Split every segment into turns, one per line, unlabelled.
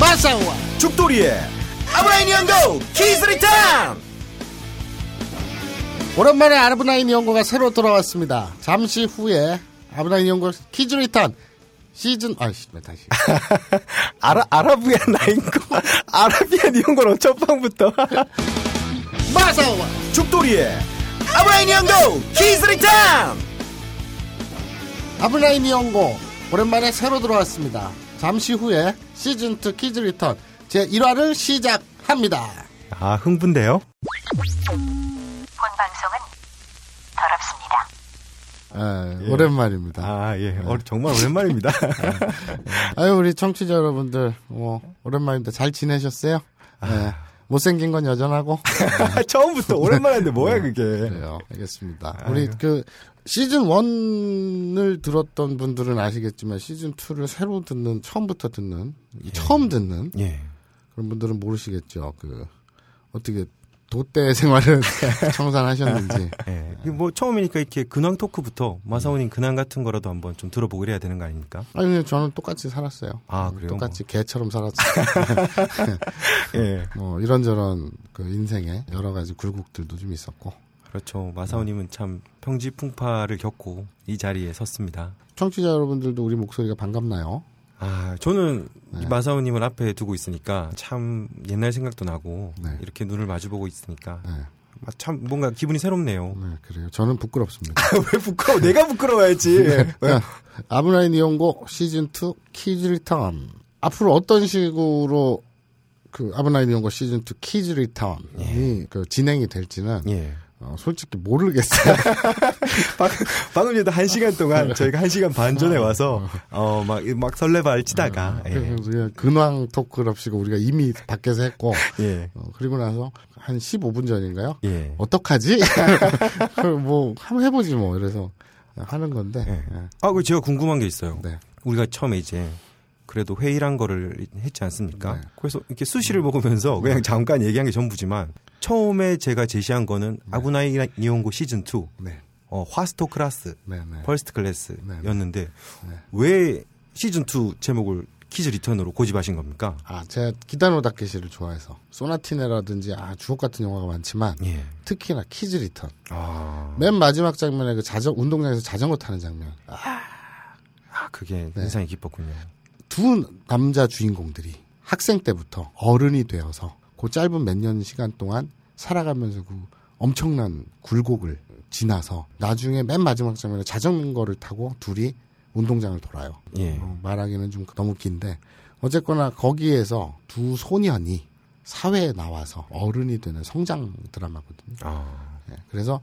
아사와
죽돌이의 아브라인 연구 키스리탄
오랜만에 아브나인 연구가 새로 돌아왔습니다. 잠시 후에 아브나인 연구 퀴즈 리턴 시즌 아씨 네, 다시
아라 아라비안 나인거 아라비안 연구로 첫방부터
마사와
죽돌이의 아브라인 연구 키스리탄
아브나인 연구 오랜만에 새로 돌아왔습니다. 잠시 후에 시즌 2 퀴즈 리턴 제 1화를 시작합니다.
아 흥분돼요?
본 방송은 더럽습니다.
예, 오랜만입니다.
아예 어, 정말 오랜만입니다.
아.
아유 우리 청취자 여러분들 뭐 오랜만인데 잘 지내셨어요? 예, 못생긴 건 여전하고
처음부터 오랜만인데
네.
뭐야 그게?
그래요.
음.
알겠습니다.
아,
우리 그 시즌 1을 들었던 분들은 아시겠지만 시즌 2를 새로 듣는 처음부터 듣는 이 처음 듣는
예.
그런 분들은 모르시겠죠. 그 어떻게 도대 생활을 청산하셨는지.
예. 이게 뭐 처음이니까 이렇게 근황 토크부터 마사오님 근황 같은 거라도 한번 좀 들어보고 이래야 되는 거 아닙니까?
아니 근데 저는 똑같이 살았어요. 음,
아, 그래요?
똑같이 개처럼 살았어요.
예.
뭐 이런저런 그 인생에 여러 가지 굴곡들도 좀 있었고.
그렇죠. 마사오님은 참 평지풍파를 겪고 이 자리에 섰습니다.
청취자 여러분들도 우리 목소리가 반갑나요?
아, 저는 이 마사오님을 앞에 두고 있으니까 참 옛날 생각도 나고
네.
이렇게 눈을 마주보고 있으니까
네.
아, 참 뭔가 기분이 새롭네요.
네, 그래요. 저는 부끄럽습니다.
왜 부끄러워? 내가 부끄러워야지.
네.
자, 아브라인 이용고 시즌 2 키즈 리턴. 앞으로 어떤 식으로 그 아브라인 이용고 시즌 2 키즈 리턴이 그 진행이 될지는
예.
어, 솔직히 모르겠어요.
방금, 방금 전에 한 시간 동안 저희가 한 시간 반 전에 와서 아. 어, 막, 막 설레발 치다가 예.
그래서 그냥 근황 토크랍시고 우리가 이미 밖에서 했고
예.
어, 그리고 나서 한 15분 전인가요?
예.
어떡하지? 뭐 한번 해보지 뭐 이래서 하는 건데
예.
예.
아, 그 제가 궁금한 게 있어요.
네.
우리가 처음에 이제 그래도 회의란 거를 했지 않습니까?
네. 음.
그래서 이렇게 수시를 먹으면서 그냥 잠깐 얘기한 게 전부지만 처음에 제가 제시한 거는 아브나이 이용고 시즌 2
네,
어, 화스토 클라스,
네, 네.
퍼스트 클래스였는데 왜 시즌 2 제목을 키즈 리턴으로 고집하신 겁니까?
아, 제가 기타노 다케시를 좋아해서 소나티네라든지 아 주옥 같은 영화가 많지만
예.
특히나 키즈 리턴
아,
맨 마지막 장면에 그 자전 운동장에서 자전거 타는 장면
아, 그게
네.
인상이 깊었군요.
두 남자 주인공들이 학생 때부터 어른이 되어서 그 짧은 몇 년 시간 동안 살아가면서 그 엄청난 굴곡을 지나서 나중에 맨 마지막 장면에 자전거를 타고 둘이 운동장을 돌아요
예.
어, 말하기는 좀 너무 긴데 어쨌거나 거기에서 두 소년이 사회에 나와서 어른이 되는 성장 드라마거든요.
아,
예, 그래서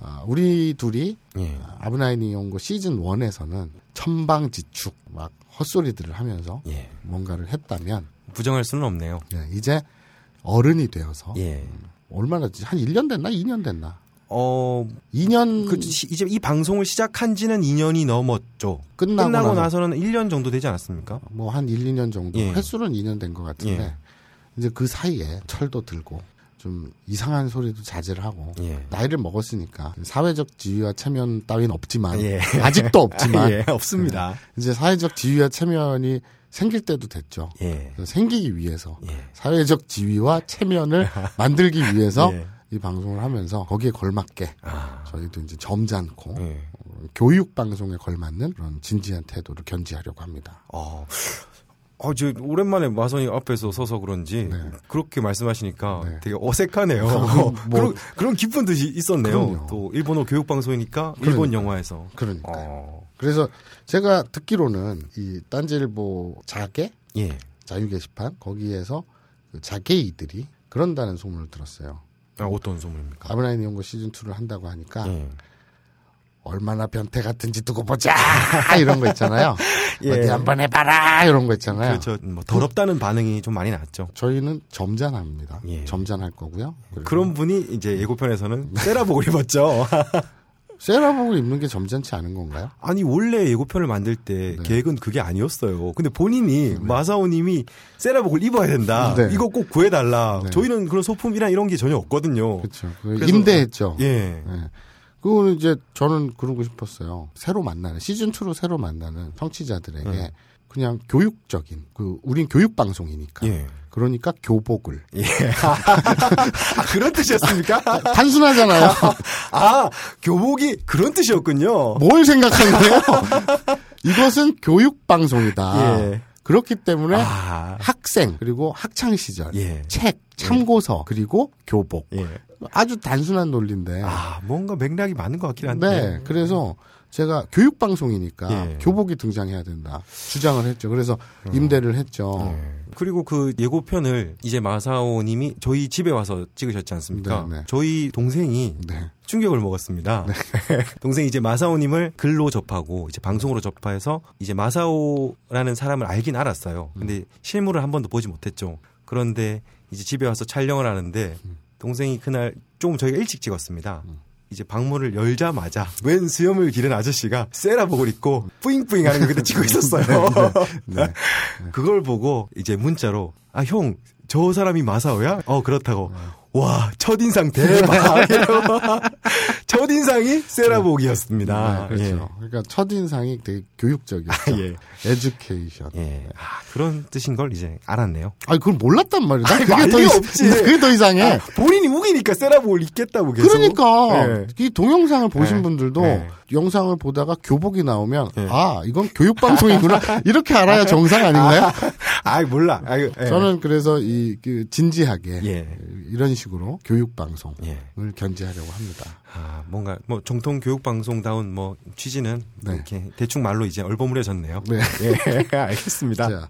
아, 우리 둘이
예.
아, 아브나인이 연구 시즌 1에서는 천방지축 막 헛소리들을 하면서
예.
뭔가를 했다면
부정할 수는 없네요.
예, 이제 어른이 되어서
예.
얼마나 됐지? 한 1년 됐나 2년 됐나
어,
2년
그 시- 이제 이 방송을 시작한 지는 2년이 넘었죠.
끝나고 나서.
나서는 1년 정도 되지 않았습니까?
뭐 한 1, 2년 정도
예.
횟수는 2년 된 것 같은데
예.
이제 그 사이에 철도 들고 좀 이상한 소리도 자제를 하고
예.
나이를 먹었으니까 사회적 지위와 체면 따윈 없지만
예.
아직도 없지만
예, 없습니다.
이제 사회적 지위와 체면이 생길 때도 됐죠.
예.
그래서 생기기 위해서
예.
사회적 지위와 체면을 만들기 위해서
예.
이 방송을 하면서 거기에 걸맞게
아.
저희도 이제 점잖고
예.
어, 교육 방송에 걸맞는 그런 진지한 태도를 견지하려고 합니다.
어. 어, 저 오랜만에 마선이 앞에서 서서 그런지
네.
그렇게 말씀하시니까
네. 뭐.
되게 어색하네요. 그런 그런 기쁜 듯이 있었네요.
그럼요.
또 일본어 교육 방송이니까
그러니까요. 아.
일본 영화에서
그러니까요.
어.
그래서 제가 듣기로는 이 딴지일보 자계
예.
자유 게시판 거기에서 그 자개이들이 그런다는 소문을 들었어요.
아, 어떤 소문입니까?
아브라인 연구 시즌 2를 한다고 하니까
예.
얼마나 변태 같은지 두고 보자 이런 거 있잖아요.
예.
어디 한번 해봐라 이런 거 있잖아요.
그렇죠. 뭐 더럽다는 반응이 좀 많이 났죠.
저희는 점잖합니다.
예.
점잖할 거고요. 그리고
그런 분이 이제 예고편에서는 세라복을 입었죠.
세라복을 입는 게 점잖지 않은 건가요?
아니 원래 예고편을 만들 때
네.
계획은 그게 아니었어요. 근데 본인이 마사오님이 세라복을 입어야 된다.
네.
이거 꼭 구해달라.
네.
저희는 그런 소품이랑 이런 게 전혀 없거든요.
그렇죠. 그
그래서-
임대했죠.
예.
예. 그거는
예.
이제 저는 그러고 싶었어요. 새로 만나는 시즌 2로 새로 만나는 청취자들에게 그냥 교육적인 그 우린 교육 방송이니까
예.
그러니까 교복을
아, 그런 뜻이었습니까?
단순하잖아요.
아, 교복이 그런 뜻이었군요.
뭘 생각한 거예요? 이것은 교육 방송이다.
예.
그렇기 때문에
아,
학생 그리고 학창 시절
예.
책 참고서 그리고 교복
예.
아주 단순한 논리인데
아, 뭔가 맥락이 많은 것 같긴 한데.
네, 그래서 제가 교육 방송이니까
예.
교복이 등장해야 된다 주장을 했죠. 그래서
음.
임대를 했죠.
예.
그리고 그 예고편을 이제 마사오님이 저희 집에 와서 찍으셨지 않습니까?
네, 네.
저희 동생이
네.
충격을 먹었습니다. 동생이 이제 마사오님을 글로 접하고 이제 방송으로 접해서 이제 마사오라는 사람을 알긴 알았어요. 근데 실물을 한 번도 보지 못했죠. 그런데 이제 집에 와서 촬영을 하는데 동생이 그날 조금 저희가 일찍 찍었습니다. 이제 방문을 열자마자 웬 수염을 기른 아저씨가 세라복을 입고 뿌잉뿌잉 하는 걸 그때 찍고 있었어요. 네. 그걸 보고 이제 문자로 아 형 저 사람이 마사오야? 어 그렇다고 와 첫인상 대박 첫인상이 세라복이었습니다
아,
네,
예.
그렇죠. 그러니까 첫 인상이 되게 교육적이었죠.
예.
에듀케이션.
예. 예. 아, 그런 뜻인 걸 이제 알았네요
아니 그걸 몰랐단 말이야. 난
말이
그게 더 이상-
없지.
그게 더 이상해.
아, 본인이 우기니까 세라복을 입겠다고 계속.
예. 그러니까
예.
이 동영상을 보신
예.
분들도
예.
영상을 보다가 교복이 나오면
예.
아 이건 교육 방송이구나 이렇게 알아야 정상 아닌가요?
아, 몰라. 아, 예.
저는 그래서 이그 진지하게
예.
이런 식으로 교육 방송을
예.
견제하려고 합니다.
아 뭔가 뭐 정통 교육 방송다운 뭐 취지는
네.
이렇게 대충 말로 이제 얼버무려졌네요
네.
예, 알겠습니다.
자,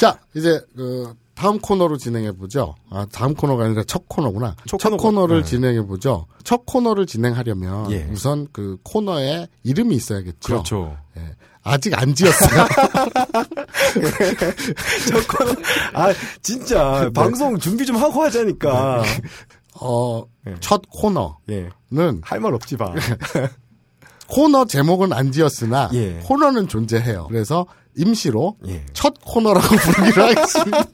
자 이제 그 다음 코너로 진행해 보죠. 아 다음 코너가 아니라 첫 코너구나. 첫,
첫 코너가-
코너를
네.
진행해 보죠. 첫 코너를 진행하려면
예.
우선 그 코너에 이름이 있어야겠죠.
그렇죠
예. 아직 안 지었어요.
저건,
그렇죠.
아, 진짜.
네.
방송 준비 좀 하고 하자니까.
어,
예.
첫 코너는
예. 할 말
네.
없지 봐.
코너 제목은 안 지었으나
예.
코너는 존재해요. 그래서 임시로
예.
첫 코너라고 부르기로 하겠습니다.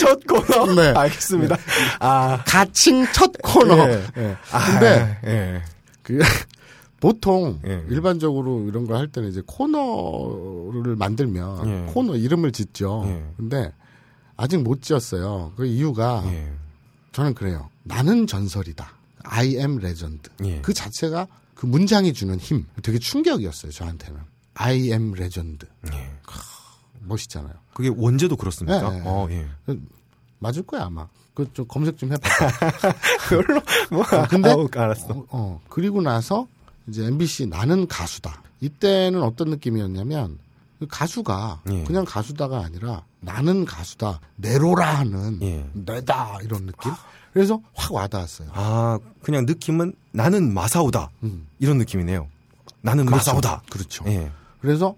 첫 코너.
네.
알겠습니다. 아.
가칭 첫 코너.
예, 예. 아,
근데-
예.
그 보통
예.
일반적으로 이런 걸 할 때는 이제 코너를 만들면
예.
코너 이름을 짓죠.
예.
근데 아직 못 지었어요. 그 이유가
예.
저는 그래요. 나는 전설이다. I am legend.
예.
그 자체가 그 문장이 주는 힘. 되게 충격이었어요. 저한테는. I am legend.
예.
멋있잖아요.
그게 원제도 그렇습니까
예, 예.
어, 예.
맞을 거야 아마. 그 좀 검색 좀 해봐.
별로, 뭐.
근데-
아우, 알았어.
어, 어. 그리고 나서 이제 MBC 나는 가수다. 이때는 어떤 느낌이었냐면 그 가수가
예.
그냥 가수다가 아니라 나는 가수다. 내로라 하는
예.
내다 이런 느낌. 그래서 확 와닿았어요.
아 그냥 느낌은 나는 마사오다
음.
이런 느낌이네요 나는 마사오다
그렇죠.
예.
그래서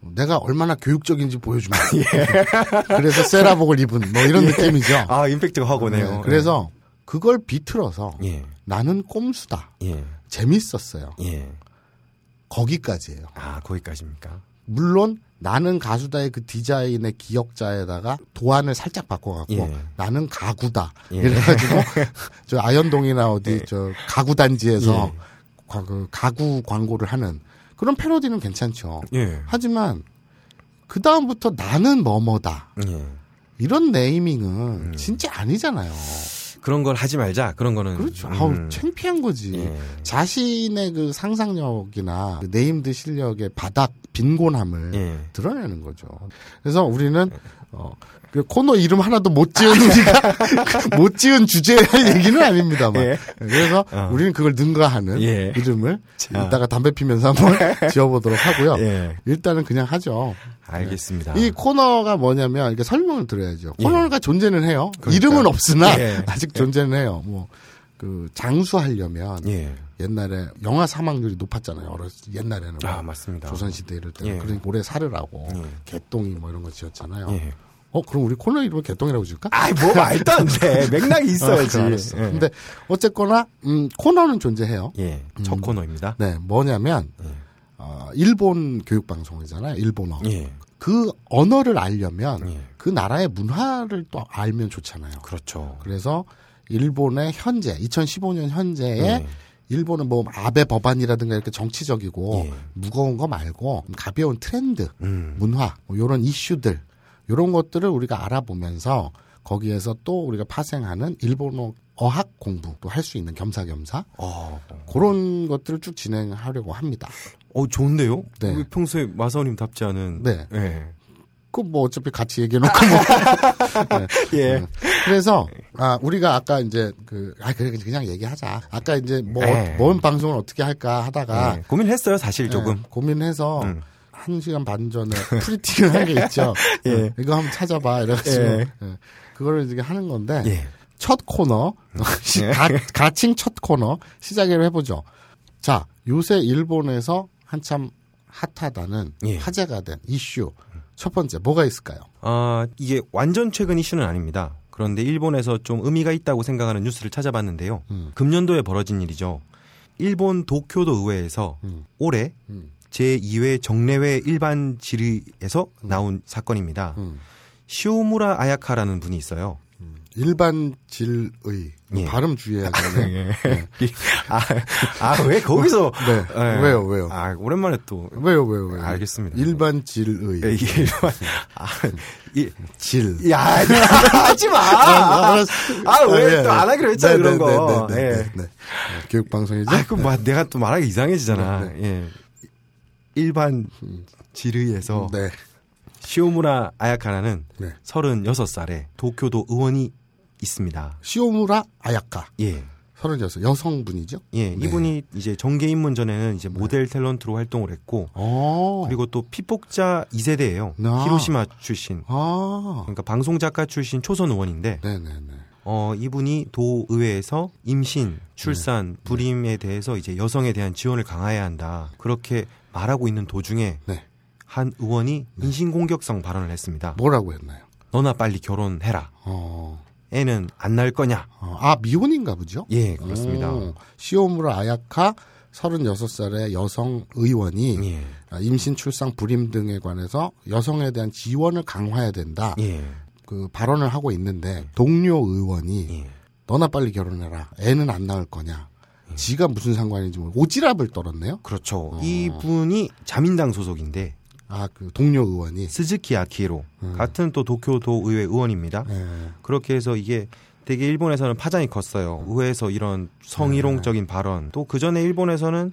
내가 얼마나 교육적인지 보여주면 그래서 세라복을 입은 뭐 이런 느낌이죠.
예. 아 임팩트가 확오네요
네, 그래서 그걸 비틀어서
예.
나는 꼼수다.
예.
재밌었어요.
예.
거기까지예요.
아, 거기까지입니까?
물론 나는 가수다의 그 디자인의 기억자에다가 도안을 살짝 바꿔갖고
예.
나는 가구다 이래가지고 저 아현동이나 어디 저 가구 단지에서
예.
과- 그 가구 광고를 하는 그런 패러디는 괜찮죠.
예.
하지만 그 다음부터 나는 뭐뭐다
예.
이런 네이밍은
음.
진짜 아니잖아요.
그런 걸 하지 말자. 그런 거는
그렇죠.
음,
아우 창피한 거지.
예.
자신의 그 상상력이나 그 네임드 실력의 바닥 빈곤함을
예.
드러내는 거죠. 그래서 우리는 어, 그 코너 이름 하나도 못 지은
아, 네.
우리가 못 지은 주제에 할 얘기는 아닙니다만.
예.
그래서
예. 어.
우리는 그걸 능가하는
예.
이름을
자.
이따가 담배 피면서 한번 지어보도록 하고요.
예.
일단은 그냥 하죠.
알겠습니다.
이 코너가 뭐냐면 이게 설명을 드려야죠.
예.
코너가 존재는 해요.
그러니까.
이름은 없으나
예.
아직 존재는 해요. 뭐 그 장수하려면
예.
옛날에 영아 사망률이 높았잖아요. 어렸을 때, 옛날에는
아, 맞습니다.
조선시대 이럴 때
예.
는 그런 오래 살으라고
예.
개똥이 뭐 이런 거 지었잖아요.
예.
어 그럼 우리 코너 이름을 개똥이라고 지을까? 아,
아이, 뭐 말도 안 돼. 맥락이
아,
있어야지.
알았어.
예.
근데 어쨌거나 음, 코너는 존재해요.
예. 첫 코너입니다.
네 뭐냐면
예.
어, 일본 교육 방송이잖아요. 일본어.
예.
그 언어를 알려면
예.
그 나라의 문화를 또 알면 좋잖아요.
그렇죠.
그래서 일본의 현재 2015년 현재의
예.
일본은 뭐 아베 법안이라든가 이렇게 정치적이고
예.
무거운 거 말고 가벼운 트렌드,
음.
문화 뭐 이런 이슈들 이런 것들을 우리가 알아보면서 거기에서 또 우리가 파생하는 일본어 어학 공부도 할 수 있는 겸사겸사
어,
그런 것들을 쭉 진행하려고 합니다.
어 좋은데요?
네.
우리 평소에 마사오님 답지 않은.
네.
예.
그 뭐 어차피 같이 얘기해놓고
아,
뭐
예.
음. 그래서 아 우리가 아까 이제 그아 그래 그냥 얘기하자. 아까 이제 뭐
네.
뭔 방송을 어떻게 할까 하다가
예. 고민했어요, 사실 조금.
네, 고민해서
음.
한 시간 반 전에 프리팅을 한 게 있죠. 음,
예.
이거 한번 찾아봐 이래가지고
예.
예. 그거를 이제 하는 건데
예.
첫 코너
음.
시-
네.
가, 가칭 첫 코너 시작을 해보죠. 자 요새 일본에서 한참 핫하다는
예.
화제가 된 이슈 첫 번째 뭐가 있을까요?
아, 이게 완전 최근 이슈는 아닙니다. 그런데 일본에서 좀 의미가 있다고 생각하는 뉴스를 찾아봤는데요.
음.
금년도에 벌어진 일이죠. 일본 도쿄도 의회에서
음.
올해
음.
제2회 정례회 일반 질의에서 나온 사건입니다.
음.
시오무라 아야카라는 분이 있어요.
일반 질의
예.
발음 주의해야겠네.
아, 아, 왜 거기서?
예. 네.
예.
왜요, 왜요?
아, 오랜만에 또.
왜요, 왜요, 왜요?
알겠습니다.
일반 질의.
예, 이게 일반, 아, 이,
질.
야, 하지 마!
아,
아, 왜또안 하기로 했잖아, 그런 거.
예. 네, 네, 네,
예.
네, 네. 어, 교육방송이죠?
아, 그, 뭐, 내가 또 말하기 이상해지잖아.
네,
예. 일반 지르에서
네.
시오무라 아야카라는
네.
36살의 도쿄도 의원이 있습니다.
시오무라 아야카.
예.
36, 여성분이죠?
예.
네.
이분이 이제 정계 입문 전에는 이제 모델 탤런트로 활동을 했고,
어.
그리고 또 피폭자 2세대예요
아.
히로시마 출신.
아.
그러니까 방송 작가 출신 초선 의원인데,
네네네.
어, 이분이 도의회에서 임신,
네.
출산, 불임에 대해서 이제 여성에 대한 지원을 강화해야 한다. 그렇게 말하고 있는 도중에
네.
한 의원이 인신공격성 발언을 했습니다.
뭐라고 했나요?
너나 빨리 결혼해라.
어.
애는 안 낳을 거냐?
어, 아, 미혼인가 보죠?
예, 그렇습니다.
오, 시오무라 아야카 36살의 여성 의원이
예.
아, 임신, 출산, 불임 등에 관해서 여성에 대한 지원을 강화해야 된다.
예.
그 발언을 하고 있는데 동료 의원이
예.
너나 빨리 결혼해라. 애는 안 낳을 거냐.
예.
지가 무슨 상관인지 모르고 오지랖을 떨었네요.
그렇죠.
어.
이분이 자민당 소속인데
아, 그 동료 의원이.
스즈키 아키로
음.
같은 또 도쿄도 의회 의원입니다.
예.
그렇게 해서 이게 되게 일본에서는 파장이 컸어요. 의회에서 이런
네.
성희롱적인 발언. 또 그 전에 일본에서는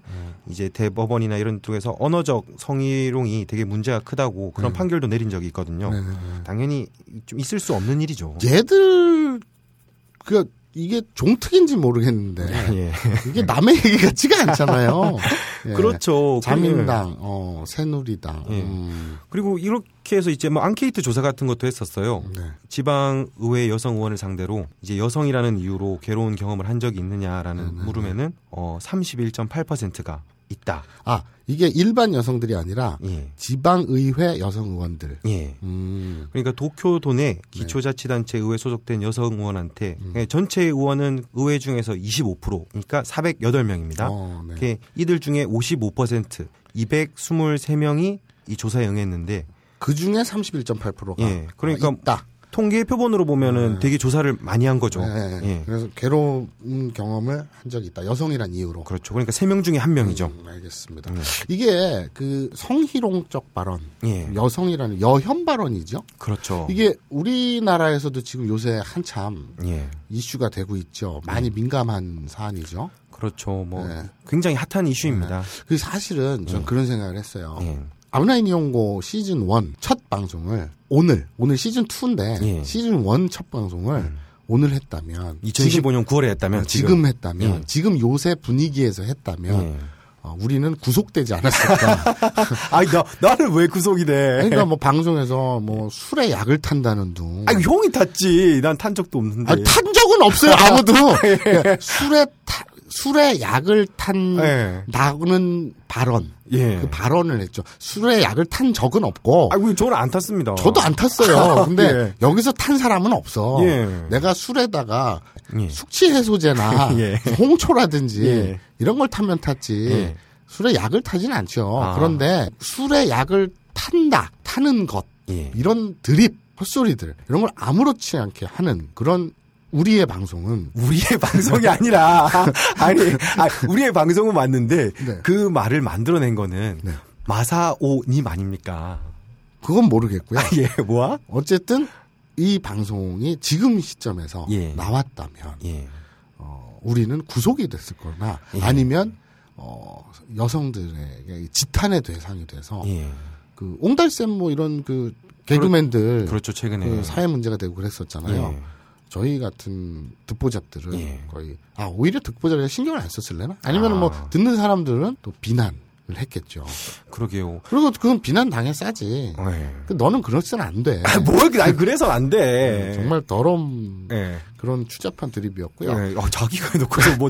이제 대법원이나 이런 쪽에서 언어적 성희롱이 되게 문제가 크다고 그런 판결도 내린 적이 있거든요.
네, 네, 네.
당연히 좀 있을 수 없는 일이죠.
얘들 그 이게 종특인지 모르겠는데
예.
이게 남의 얘기 같지가 않잖아요. 예.
그렇죠.
자민당, 어, 새누리당.
예.
음,
그리고 이렇게 해서 이제 뭐 앙케이트 조사 같은 것도 했었어요.
네.
지방 의회 여성 의원을 상대로 이제 여성이라는 이유로 괴로운 경험을 한 적이
네,
있느냐라는 물음에는 어 31.8%가 있다.
아, 이게 일반 여성들이 아니라
예.
지방의회 여성 의원들.
예.
음.
그러니까 도쿄도 내 기초자치단체 의회 소속된 여성 의원한테 그냥 전체 의원은 의회 중에서 25% 그러니까 408명입니다.
어, 네.
이렇게 이들 중에 55% 223명이 이 조사에 응했는데
그 중에 31.8%가 어,
예, 그러니까
있다.
통계 표본으로 보면은 되게 조사를 많이 한 거죠.
예, 예.
예.
그래서 괴로운 경험을 한 적이 있다. 여성이란 이유로.
그렇죠. 그러니까 세 명 중에 한 명이죠.
음, 알겠습니다. 이게 그 성희롱적 발언,
예.
여성이라는 여혐 발언이죠.
그렇죠.
이게 우리나라에서도 지금 요새 한참
예.
이슈가 되고 있죠. 많이
네.
민감한 사안이죠.
그렇죠. 뭐
네.
굉장히 핫한 이슈입니다.
그 사실은
네.
전 그런 생각을 했어요.
예.
아웃라인 이용고 시즌 1 첫 방송을 오늘 오늘 시즌 2인데
예.
시즌 1 첫 방송을 오늘 했다면
네. 2015년 9월에
지금,
했다면 지금,
지금 아, 했다면
예.
지금 요새 분위기에서 했다면
예.
어, 우리는 구속되지 않았을까.
아니, 나, 나는 왜 구속이 돼?
그러니까 뭐 방송에서 뭐 술에 약을 탄다는 둥.
아니, 형이 탔지. 난 탄 적도 없는데.
아니, 탄 적은 없어요 아무도. 그러니까 술에 타, 술에 약을 탄
네.
예.
나는 발언.
예.
그 발언을 했죠. 술에 약을 탄 적은 없고.
아이고, 저는 안 탔습니다.
저도 안 탔어요. 근데
예.
여기서 탄 사람은 없어.
예.
내가 술에다가
예.
숙취 해소제나
예.
홍초라든지
예.
이런 걸 타면 탔지.
예.
술에 약을 타진 않죠.
아.
그런데 술에 약을 탄다, 타는 것
예.
이런 드립, 헛소리들 이런 걸 아무렇지 않게 하는 그런 우리의 방송은
우리의 방송이 아니라 아니, 아, 우리의 방송은 맞는데
네.
그 말을 만들어낸 거는
네.
마사오님 아닙니까?
그건 모르겠고요.
아.
예, 뭐야?
어쨌든 이 방송이 지금 시점에서
예.
나왔다면
예.
어, 우리는 구속이 됐을 거나
예.
아니면 어, 여성들에게 지탄의 대상이 돼서
예.
그 옹달샘 뭐 이런 그 개그맨들
그렇죠, 최근에.
그 사회 문제가 되고 그랬었잖아요.
예.
저희 같은 듣보잡들은
예.
거의 아 오히려 듣보잡에 신경을 안 썼을래나? 아니면
아.
뭐 듣는 사람들은 또 비난을 했겠죠.
그러게요.
그리고 그건 비난 당해 싸지.
예.
그 너는 그럴수는 안 돼.
아, 뭘, 나 그래서 안 돼.
정말 더러운
예.
그런 추잡한 드립이었고요.
예. 어, 자기가 해놓고서 뭐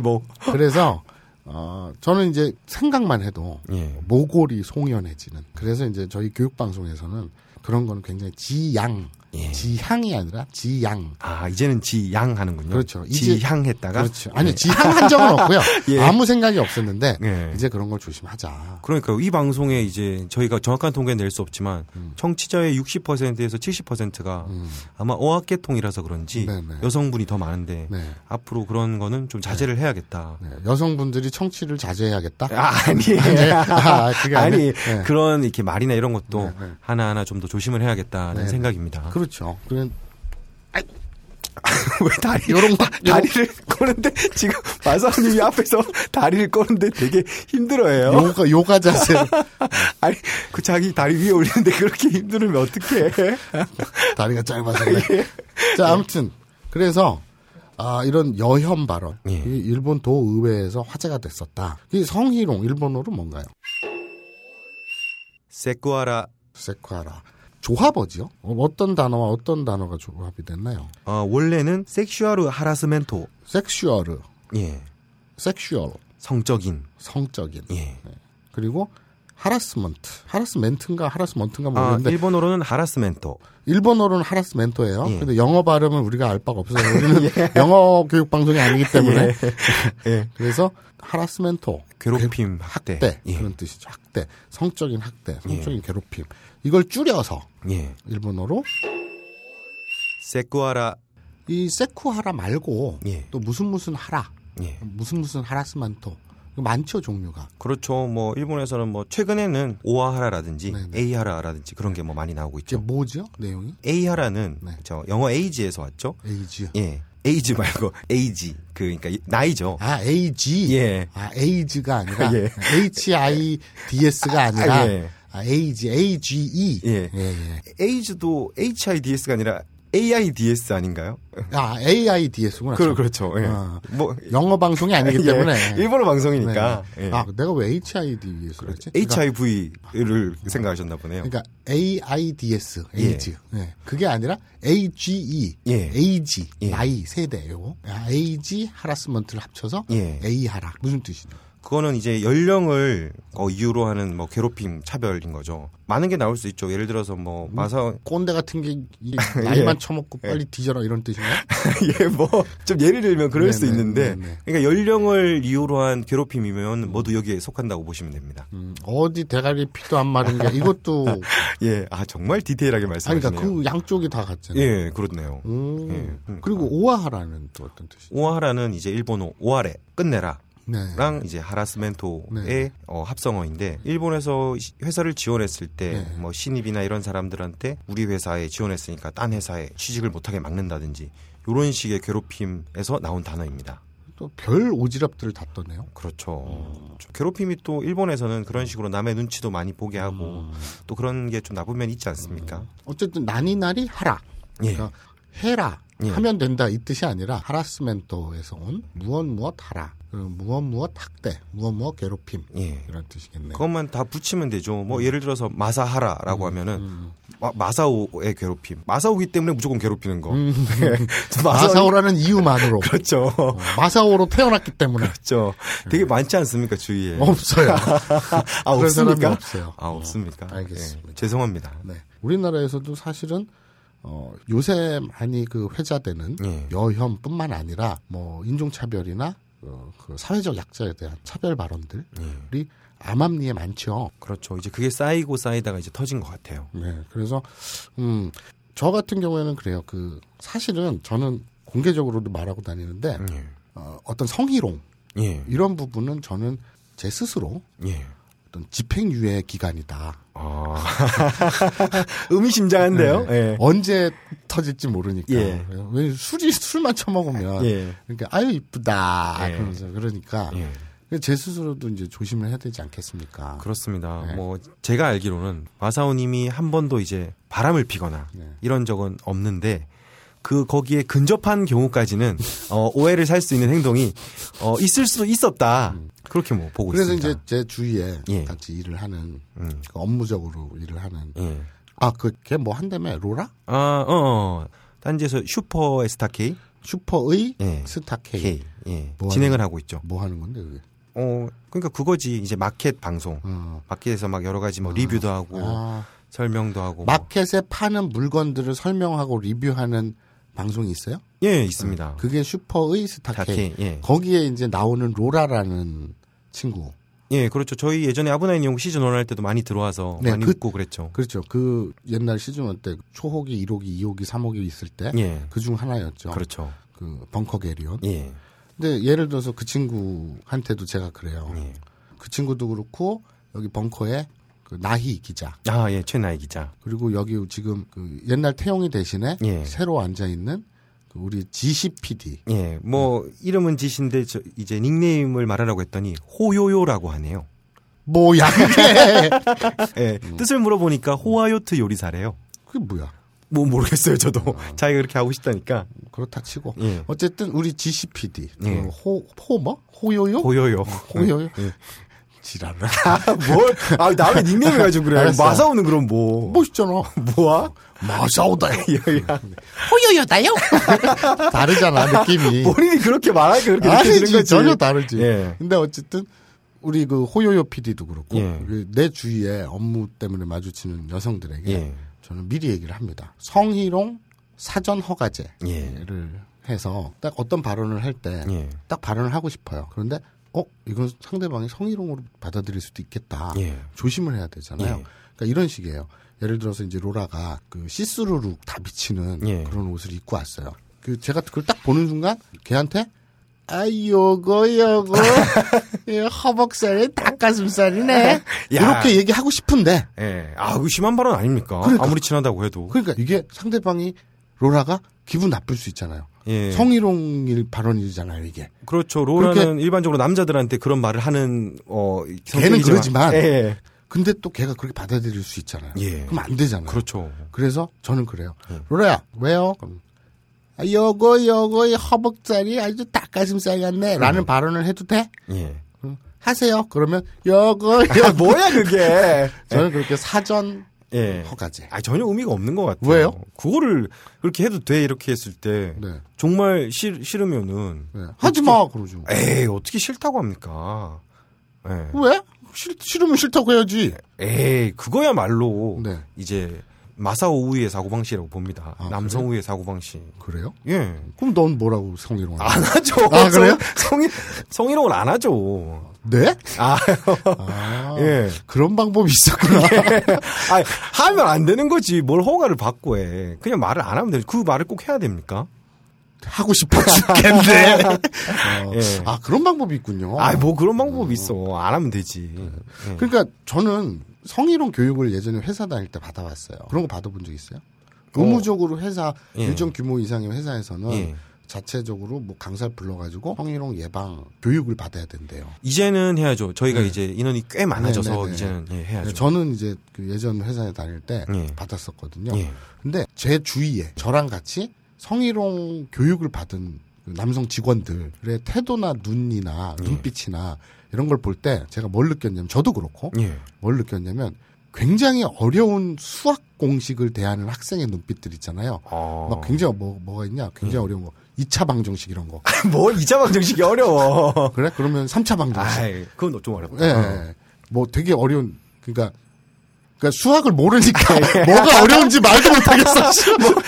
뭐.
그래서 어, 저는 이제 생각만 해도
예.
모골이 송연해지는. 그래서 이제 저희 교육 방송에서는 그런 거는 굉장히 지양,
예.
지향이 아니라 지양.
아, 이제는 지양 하는군요.
그렇죠. 이제-
지향 했다가.
그렇죠. 아니 지향 한 적은 없고요.
예.
아무 생각이 없었는데
예.
이제 그런 걸 조심하자.
그러니까 이 방송에 이제 저희가 정확한 통계는 낼 수 없지만 청취자의 60%에서 70%가 아마 어학계통이라서 그런지
네네.
여성분이 더 많은데
네.
앞으로 그런 거는 좀 자제를 해야겠다.
네. 여성분들이 청취를 자제해야겠다.
아, 아니에요.
아, 그게 아니-
아니,
네.
그런 이렇게 말이나 이런 것도 하나하나 좀 더 조심을 해야겠다는
네.
생각입니다.
그렇죠. 그런
왜 다리,
요런 거-
다리를 꼬는데 지금 마사오님이 앞에서 다리를 꼬는데 되게 힘들어해요.
요가 요가 자세
아니, 그 자기 다리 위에 올리는데 그렇게 힘들으면 어떡해.
다리가 짧아서 그래.
예.
자 아무튼 그래서 아 이런 여혐 발언
예.
이 일본 도의회에서 화제가 됐었다. 이 성희롱 일본어로 뭔가요?
세쿠아라
세쿠아라 조합어지요? 어, 어떤 단어와 어떤 단어가 조합이 됐나요?
어, 원래는 섹슈얼 하라스멘토.
섹슈얼,
예.
섹슈얼
성적인.
성적인
예.
그리고 하라스먼트, 하라스멘트인가 하라스먼트인가
아,
모르는데
일본어로는 하라스멘토.
일본어로는 하라스멘토예요.
예.
근데 영어 발음은 우리가 알 바가 없어서 우리는 영어 교육 방송이 아니기 때문에
예.
그래서 하라스멘토
괴롭힘, 학대.
학대
예.
그런 뜻이죠. 학대, 성적인 학대, 성적인 괴롭힘 이걸 줄여서
예.
일본어로
세쿠아라.
이 세쿠하라 말고
예.
또 무슨 무슨 하라,
예.
무슨 무슨 하라스멘토 이거 많죠 종류가.
그렇죠. 뭐 일본에서는 뭐 최근에는 오아하라라든지
네네.
에이하라라든지 그런 게 뭐 많이 나오고
이게
있죠.
뭐죠 내용이?
에이하라는
네.
저 영어 에이지에서 왔죠.
에이지요.
예. 에이지 말고 에이지. 그러니까 나이죠.
아, AG.
예.
아, AG가 아니라
예.
HIDS가 아니라
아, 예.
아, AG, AGE.
예.
예, 예.
에이즈도 HIDS가 아니라 AIDS 아닌가요?
아, AIDS구나.
그 그렇죠. 예.
아.
뭐
영어 방송이 아니기
예,
때문에.
일본어 방송이니까.
네.
예. 그렇죠.
아, 그러니까 내가 왜 HIDS 그랬지?
HIV를 생각하셨나 보네요.
그러니까, 그러니까 AIDS,
예.
AIDS. 예. 그게 아니라 AGE,
예.
AG,
예.
나이 세대 요거. 아, AG 하라스먼트를 합쳐서
예.
A 하라. 무슨 뜻이죠?
그거는 이제 연령을 어, 이유로 하는 뭐 괴롭힘 차별인 거죠. 많은 게 나올 수 있죠. 예를 들어서 뭐
음.
마사
꼰대 같은 게이
예.
나이만 처먹고 빨리 뒤져라 이런 뜻인가?
예뭐 좀 예를 들면 그럴 수
네네,
있는데
네네.
그러니까 연령을 이유로 한 괴롭힘이면 모두 여기에 속한다고 보시면 됩니다.
음, 어디 대가리 피도 안 마른 게 이것도
예, 아 정말 디테일하게
아니 그러니까
말씀하시네요.
그 양쪽이 다 같잖아요.
예, 그렇네요.
음.
예, 그러니까.
그리고 오아하라는 또 어떤 뜻이죠?
오하라는 이제 일본어 오하레 끝내라.
네.
랑 이제 하라스멘토의
네.
어, 합성어인데 일본에서 시- 회사를 지원했을 때
네.
뭐 신입이나 이런 사람들한테 우리 회사에 지원했으니까 딴 회사에 취직을 못하게 막는다든지 이런 식의 괴롭힘에서 나온 단어입니다.
또 별 오지랖들을 다 떠네요.
그렇죠. 좀 괴롭힘이 또 일본에서는 그런 식으로 남의 눈치도 많이 보게 하고 또 그런 게 좀 나쁜 면이 있지 않습니까?
어쨌든 난이 날이 하라.
예.
그러니까 해라
예.
하면 된다 이 뜻이 아니라 하라스멘토에서 온 무엇 무엇 하라. 그리고 무엇 무엇 학대, 무엇 무엇 괴롭힘
예.
이런 뜻이겠네요.
그것만 다 붙이면 되죠. 뭐 예를 들어서 마사하라라고 하면은 마, 사오의 괴롭힘. 마사오기 때문에 무조건 괴롭히는 거. 마사오
마사오라는 이유만으로 어,
그렇죠.
마사오로 태어났기 때문에
그렇죠. 되게 많지 않습니까 주위에?
없어요.
아
그런 사람이
없습니까?
없어요.
아 없습니까?
알겠습니다.
예, 죄송합니다.
네. 우리나라에서도 사실은 어, 요새 많이 그 회자되는
예.
여혐뿐만 아니라 뭐 인종차별이나 어, 그 사회적 약자에 대한 차별 발언들이
예.
암암리에 많죠.
그렇죠. 이제 그게 쌓이고 쌓이다가 이제 터진 것 같아요.
네. 그래서 음, 저 같은 경우에는 그래요. 그 사실은 저는 공개적으로도 말하고 다니는데
예.
어, 어떤 성희롱
예.
이런 부분은 저는 제 스스로
예.
어떤 집행유예 기간이다.
아. 네.
의미심장한데요. 예.
네. 언제 터질지 모르니까.
예.
왜 술이 술만 처먹으면
예.
그러니까 아유 이쁘다
예.
그러면서 그러니까
예.
제 스스로도 이제 조심을 해야 되지 않겠습니까?
그렇습니다.
네.
뭐 제가 알기로는 마사오님이 한 번도 이제 바람을 피거나
네.
이런 적은 없는데 그 거기에 근접한 경우까지는 어, 오해를 살 수 있는 행동이 어, 있을 수도 있었다. 그렇게 뭐 보고
그래서
있습니다.
이제 제 주위에
예.
같이 일을 하는
음.
그 업무적으로 일을 하는
예.
아그걔뭐 한다며 로라
아, 어, 어. 딴지에서 슈퍼 에스타케이
슈퍼의
예.
스타케이
K 예.
뭐
진행을 하고 있죠.
뭐 하는 건데 그게?
어, 그러니까 그거지 이제 마켓 방송.
어.
마켓에서 막 여러 가지 뭐 리뷰도 하고
아,
설명도 하고 뭐.
마켓에 파는 물건들을 설명하고 리뷰하는 방송이 있어요?
예 있습니다.
그게 슈퍼의
다
아. 스타케이.
K 예.
거기에 이제 나오는 로라라는 친구.
예, 그렇죠. 저희 예전에 아브나인 연구 시즌 1할 때도 많이 들어와서
네,
많이
그-
웃고 그랬죠.
그렇죠. 그 옛날 시즌 1때 초호기, 1호기, 2호기, 3호기 있을 때.
예.
그 중 하나였죠. 그
그렇죠.
벙커 게리온.
예.
근데 예를 들어서 그 친구한테도 제가 그래요.
예.
그 친구도 그렇고 여기 벙커에 그 나희 기자.
아, 예. 최나희 기자.
그리고 여기 지금 그 옛날 태용이 대신에
예.
새로 앉아 있는 그 우리 GCPD.
예. 뭐 이름은 지신데 저 이제 닉네임을 말하라고 했더니 호요요라고 하네요.
뭐야 이게?
예. 뜻을 물어보니까 호아요트 요리사래요.
그게 뭐야?
뭐 모르겠어요, 저도. 자기가 그렇게 하고 싶다니까.
그렇다 치고
예.
어쨌든 우리 GCPD
예.
그 호 포머 호요요
호요요. 예.
호요요 지랄을
뭘? 아, 남의 닉네임 가지고 그래.
알았어.
마사오는 그럼 뭐.
멋있잖아
뭐야?
마사오다요
예,
호요요다요 다르잖아 느낌이
뭐
본인이 그렇게 말하니까 그렇게 느껴지는
예. 아니지
거지.
전혀 다르지
예.
근데 어쨌든 우리 그 호요요 PD도 그렇고
예.
그내 주위에 업무 때문에 마주치는 여성들에게
예.
저는 미리 얘기를 합니다 성희롱 사전 허가제를
예.
해서 딱 어떤 발언을 할때
예.
딱 발언을 하고 싶어요. 그런데 어 이건 상대방이 성희롱으로 받아들일 수도 있겠다.
예.
조심을 해야 되잖아요.
예.
그러니까 이런 식이에요. 예를 들어서 이제 로라가 그 시스루룩 다 비치는
예.
그런 옷을 입고 왔어요. 그 제가 그걸 딱 보는 순간 걔한테 아 요거 요거 예, 허벅살이 닭가슴살이네 이렇게 얘기하고 싶은데
예. 아, 그 심한 발언 아닙니까?
그러니까.
아무리 친하다고 해도.
그러니까 이게 상대방이 로라가 기분 나쁠 수 있잖아요.
예.
성희롱일 발언이잖아요 이게.
그렇죠. 로라는
그렇게-
일반적으로 남자들한테 그런 말을 하는 어
걔는
성격이지만-
그러지만
예.
근데 또 걔가 그렇게 받아들일 수 있잖아요.
예.
그럼 안 되잖아요.
그렇죠. 예.
래서 저는 그래요. 로라야, 왜요? 그럼, 아, 여거, 여거, 이 허벅살이 아주 닭가슴살 같네.
음.
라는 발언을 해도 돼?
예.
음, 하세요. 그러면, 여거,
야,
여거.
뭐야, 그게.
저는 그렇게 사전
예.
허가제.
아 전혀 의미가 없는 것 같아요.
왜요?
그거를 그렇게 해도 돼 이렇게 했을 때
네.
정말 싫, 싫으면은
네. 하지 마! 그러죠.
에이 어떻게 싫다고 합니까? 아, 예.
왜? 싫, 싫으면 싫다고 해야지.
에이 그거야말로
네. 아,
이제 마사오 우의 사고방식이라고 봅니다. 남성 우의 사고방식.
그래요?
예.
그럼 넌 뭐라고 성희롱 하냐?
안 하죠.
아, 그래요?
성희 성희롱을 안 하죠.
네?
아,
아,
예.
그런 방법이 있었구나.
아니, 하면 안 되는 거지. 뭘 허가를 받고 해. 그냥 말을 안 하면 되지. 그 말을 꼭 해야 됩니까?
하고 싶어 죽겠네. 어,
예.
아, 그런 방법이 있군요.
아, 뭐 그런 방법이 있어. 안 하면 되지. 예.
그러니까 저는 성희롱 교육을 예전에 회사 다닐 때 받아봤어요. 그런 거 받아본 적 있어요? 의무적으로 회사
예.
일정 규모 이상의 회사에서는
예.
자체적으로 뭐 강사를 불러가지고 성희롱 예방 교육을 받아야 된대요.
이제는 해야죠. 저희가 이제 인원이 꽤 많아져서
네, 네, 네.
이제는 예, 해야죠.
저는 이제 그 예전 회사에 다닐 때
예.
받았었거든요.
예.
근데 제 주위에 저랑 같이 성희롱 교육을 받은 그 남성 직원들의 태도나 눈이나
예.
눈빛이나 이런 걸 볼 때 제가 뭘 느꼈냐면 저도 그렇고
예.
뭘 느꼈냐면 굉장히 어려운 수학 공식을 대하는 학생의 눈빛들 있잖아요.
어.
막 굉장히 뭐 뭐가 있냐? 굉장히 어려운 거. 2차 방정식 이런 거.
뭘 2차 방정식이 어려워. 네.
그래? 그러면 3차 방정식.
아이, 그건 좀 아, 어렵다.
예. 예. 뭐 되게 어려운 그러니까 그러니까 수학을 모르니까 뭐가 어려운지 말도 못하겠어. 씨. 뭐, 뭐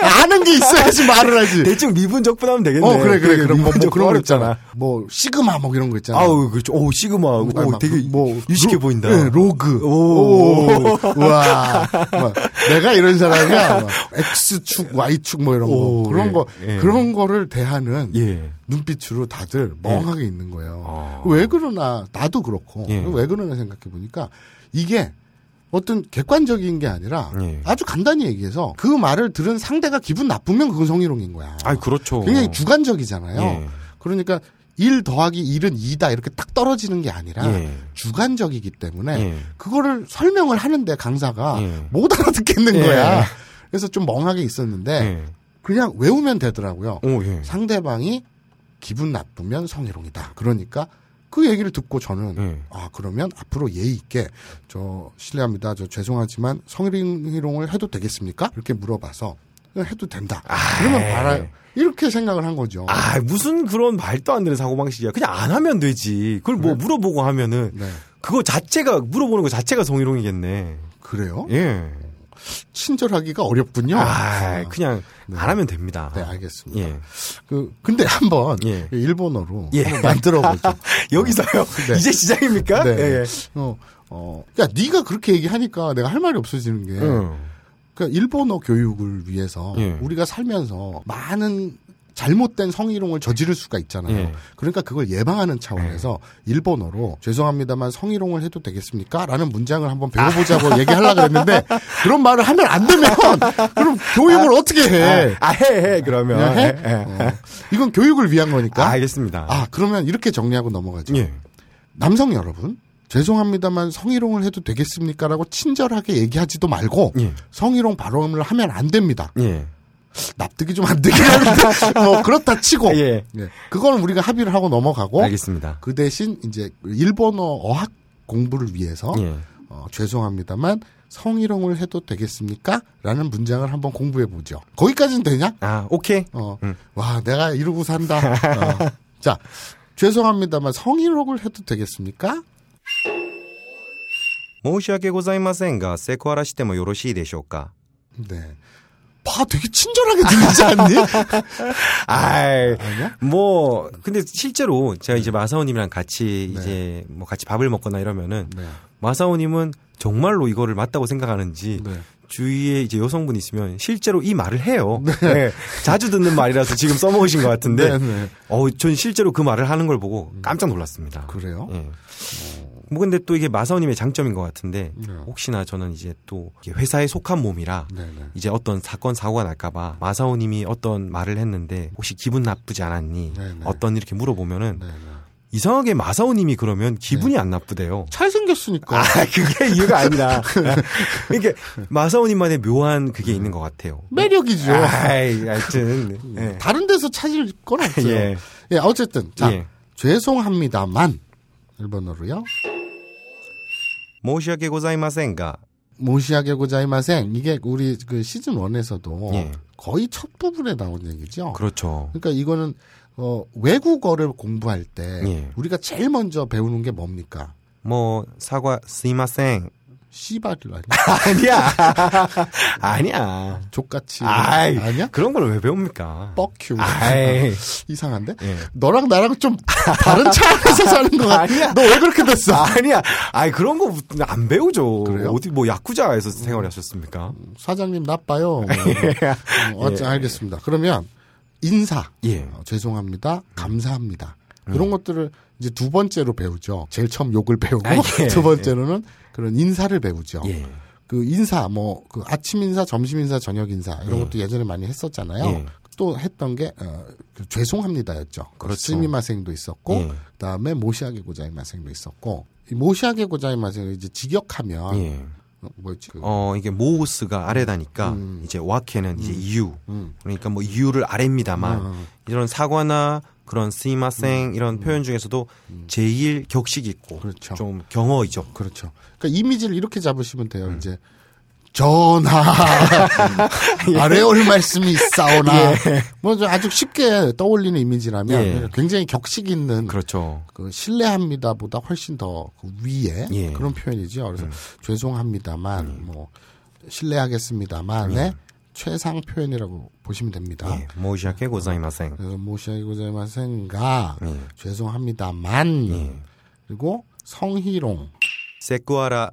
아, 는게 있어야지 말을 하지.
대충 미분 적분하면 되겠네.
어 그래 그래 그럼 뭐,
미분
뭐 그런 거
적분하면
있잖아. 뭐 시그마 뭐 이런 거 있잖아.
아우 그렇죠. 오 시그마. 오
아니, 막
되게
뭐
유식해
로-
보인다.
네, 로그.
오.
와. 뭐, 내가 이런 사람이야. 막 X축, Y축 뭐 이런 거.
오,
그런
예,
거
예.
그런 거를 대하는
예.
눈빛으로 다들 멍하게 있는 거예요.
아.
왜 그러나 나도 그렇고
예.
왜 그러나 생각해 보니까 이게 어떤 객관적인 게 아니라
예.
아주 간단히 얘기해서 그 말을 들은 상대가 기분 나쁘면 그건 성희롱인 거야.
아, 그렇죠.
굉장히 주관적이잖아요.
예.
그러니까 1 더하기 1은 2다 이렇게 딱 떨어지는 게 아니라
예.
주관적이기 때문에
예.
그거를 설명을 하는데 강사가
예.
못 알아듣겠는
예.
거야. 그래서 좀 멍하게 있었는데
예.
그냥 외우면 되더라고요.
오, 예.
상대방이 기분 나쁘면 성희롱이다. 그러니까 그 얘기를 듣고 저는
예.
아 그러면 앞으로 예의 있게 저 실례합니다. 저 죄송하지만 성희롱을 해도 되겠습니까? 이렇게 물어봐서 그냥 해도 된다. 그러면 알아요. 이렇게 생각을 한 거죠.
네. 아, 무슨 그런 말도 안 되는 사고방식이야. 그냥 안 하면 되지. 그걸 뭐 물어보고 하면은
네.
그거 자체가 물어보는 거 자체가 성희롱이겠네.
그래요?
예.
친절하기가 어렵군요.
아, 그냥 안 하면 됩니다.
네, 알겠습니다.
예.
그 근데 한번 그
예.
일본어로
예.
한번 만들어 보죠.
여기서요.
네.
이제 시작입니까?
네.
예.
어, 어, 야, 네가 그렇게 얘기하니까 내가 할 말이 없어지는 게,
음.
그러니까 일본어 교육을 위해서
예.
우리가 살면서 많은 잘못된 성희롱을 저지를 수가 있잖아요.
예.
그러니까 그걸 예방하는 차원에서 일본어로 죄송합니다만 성희롱을 해도 되겠습니까? 라는 문장을 한번 배워보자고
아.
얘기하려고 했는데 그런 말을 하면 안 되면 그럼 교육을 어떻게 해?
아, 해, 해, 그러면.
그냥 해?
예, 예.
어. 이건 교육을 위한 거니까.
아, 알겠습니다.
아, 그러면 이렇게 정리하고 넘어가죠.
예.
남성 여러분, 죄송합니다만 성희롱을 해도 되겠습니까? 라고 친절하게 얘기하지도 말고,
예.
성희롱 발언을 하면 안 됩니다.
예.
납득이 좀 안 되긴 하는데, 뭐, 그렇다 치고,
예.
예. 그거는 우리가 합의를 하고 넘어가고,
알겠습니다.
그 대신 이제 일본어 어학 공부를 위해서,
예.
어, 죄송합니다만 성희롱을 해도 되겠습니까? 라는 문장을 한번 공부해 보죠. 거기까지는 되냐?
아, 오케이.
어,
음.
와, 내가 이러고 산다. 어. 자, 죄송합니다만 성희롱을 해도 되겠습니까?
申し訳ございませんが、セクハラしてもよろしいでしょうか
네. 봐, 되게 친절하게 들리지 않니?
아이,
아니야?
뭐, 근데 실제로 제가 이제 마사오님이랑 같이 이제 뭐 같이 밥을 먹거나 이러면은
네.
마사오님은 정말로 이거를 맞다고 생각하는지
네.
주위에 이제 여성분 있으면 실제로 이 말을 해요. 네. 자주 듣는 말이라서 지금 써먹으신 것
네,
같은데,
네.
어, 전 실제로 그 말을 하는 걸 보고 깜짝 놀랐습니다.
그래요?
예. 뭐 근데 또 이게 마사오님의 장점인 것 같은데
네.
혹시나 저는 이제 또 이게 회사에 속한 몸이라
네네.
이제 어떤 사건 사고가 날까봐 마사오님이 어떤 말을 했는데 혹시 기분 나쁘지 않았니?
네네.
어떤 이렇게 물어보면은
네네. 네.
이상하게 마사오님이 그러면 기분이 안 나쁘대요.
잘생겼으니까.
아 그게 이유가 아니라 이게 마사오님만의 묘한 그게 있는 것 같아요.
매력이죠.
아이, 하여튼 예.
다른 데서 찾을 건 없어요. 네. 예.
예.
어쨌든. 자,
예.
죄송합니다만. 일본어로요.
申し訳ございませんが
모시하게 고자이마생. 이게 우리 그 시즌 원에서도
예.
거의 첫 부분에 나온 얘기죠.
그렇죠.
그러니까 이거는 어, 외국어를 공부할 때
예.
우리가 제일 먼저 배우는 게 뭡니까?
뭐 사과 すいません
씨발이 아니
아니야. 아니야.
족같이
아이,
아니야? 어.
그런 걸 왜 배웁니까?
뻑큐
아이.
이상한데?
예.
너랑 나랑 좀 다른 차원에서 사는 것 같아.
아니야.
너 왜 그렇게 됐어?
아니야. 아이, 그런 거 안 배우죠.
그래요?
어디, 뭐, 야쿠자에서 생활을 하셨습니까?
사장님 나빠요. 뭐. 어, 어째- 알겠습니다. 그러면 인사.
예. 음.
어, 죄송합니다. 감사합니다. 이런 것들을 이제 두 번째로 배우죠. 제일 처음 욕을 배우고
아, 예.
두 번째로는 그런 인사를 배우죠.
예.
그 인사 뭐 그 아침 인사, 점심 인사, 저녁 인사 이런 것도 예전에 많이 했었잖아요.
예.
또 했던 게 어, 그 죄송합니다였죠.
그렇죠.
스미마생도 있었고
예.
그다음에 모시아게 고자이마생도 있었고 이 모시아게 고자이마생을 이제 직역하면
예.
어, 뭐였지? 그,
어, 이게 모우스가 아래다니까, 이제 와케는 이제 이유. 그러니까 뭐, 이유를 아래입니다만, 이런 사과나 그런 스이마생 이런 표현 중에서도 제일 격식 있고,
그렇죠.
좀 경어이죠.
그렇죠. 그러니까 이미지를 이렇게 잡으시면 돼요. 이제 전하 아래 올 말씀이 있사오나 뭐좀 아주 쉽게 떠올리는 이미지라면
예.
굉장히 격식 있는
그렇죠.
그 신뢰합니다보다 훨씬 더그 위에
예. 음.
그런 표현이죠. 그래서 죄송합니다만 뭐 신뢰하겠습니다만의 최상 표현이라고 보시면 됩니다. 어,
예, 모시아케 고사이마생.
그래서 모시아이고자마생가
예.
죄송합니다만 그리고 성희롱
세쿠아라.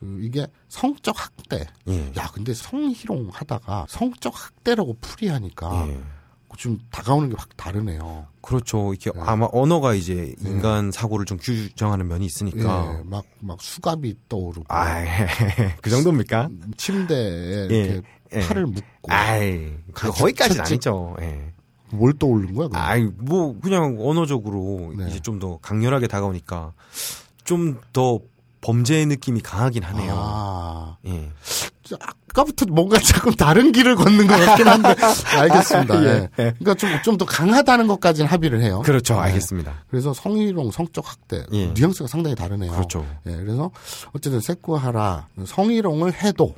그 이게 성적 학대.
예.
야 근데 성희롱 하다가 성적 학대라고 풀이하니까
예.
좀 다가오는 게 확 다르네요.
그렇죠. 이렇게 아마 언어가 이제 인간 사고를 좀 규정하는 면이 있으니까.
예, 막, 막 수갑이 떠오르고,
아,
음.
그 정도입니까?
침대에
예,
이렇게
예.
팔을 묶고,
아이, 그 거기까지는 아니죠. 예.
뭘 떠오르는 거야? 그럼?
아이, 뭐, 그냥 언어적으로
네.
이제 좀 더 강렬하게 다가오니까 좀 더 범죄의 느낌이 강하긴 하네요.
아,
예.
저 아까부터 뭔가 조금 다른 길을 걷는 것 같긴 한데, 알겠습니다. 예. 그러니까 좀, 좀 더 강하다는 것까지는 합의를 해요.
그렇죠.
네.
알겠습니다.
그래서 성희롱, 성적 학대,
예.
뉘앙스가 상당히 다르네요.
그렇죠.
예, 그래서 어쨌든 세쿠하라, 성희롱을 해도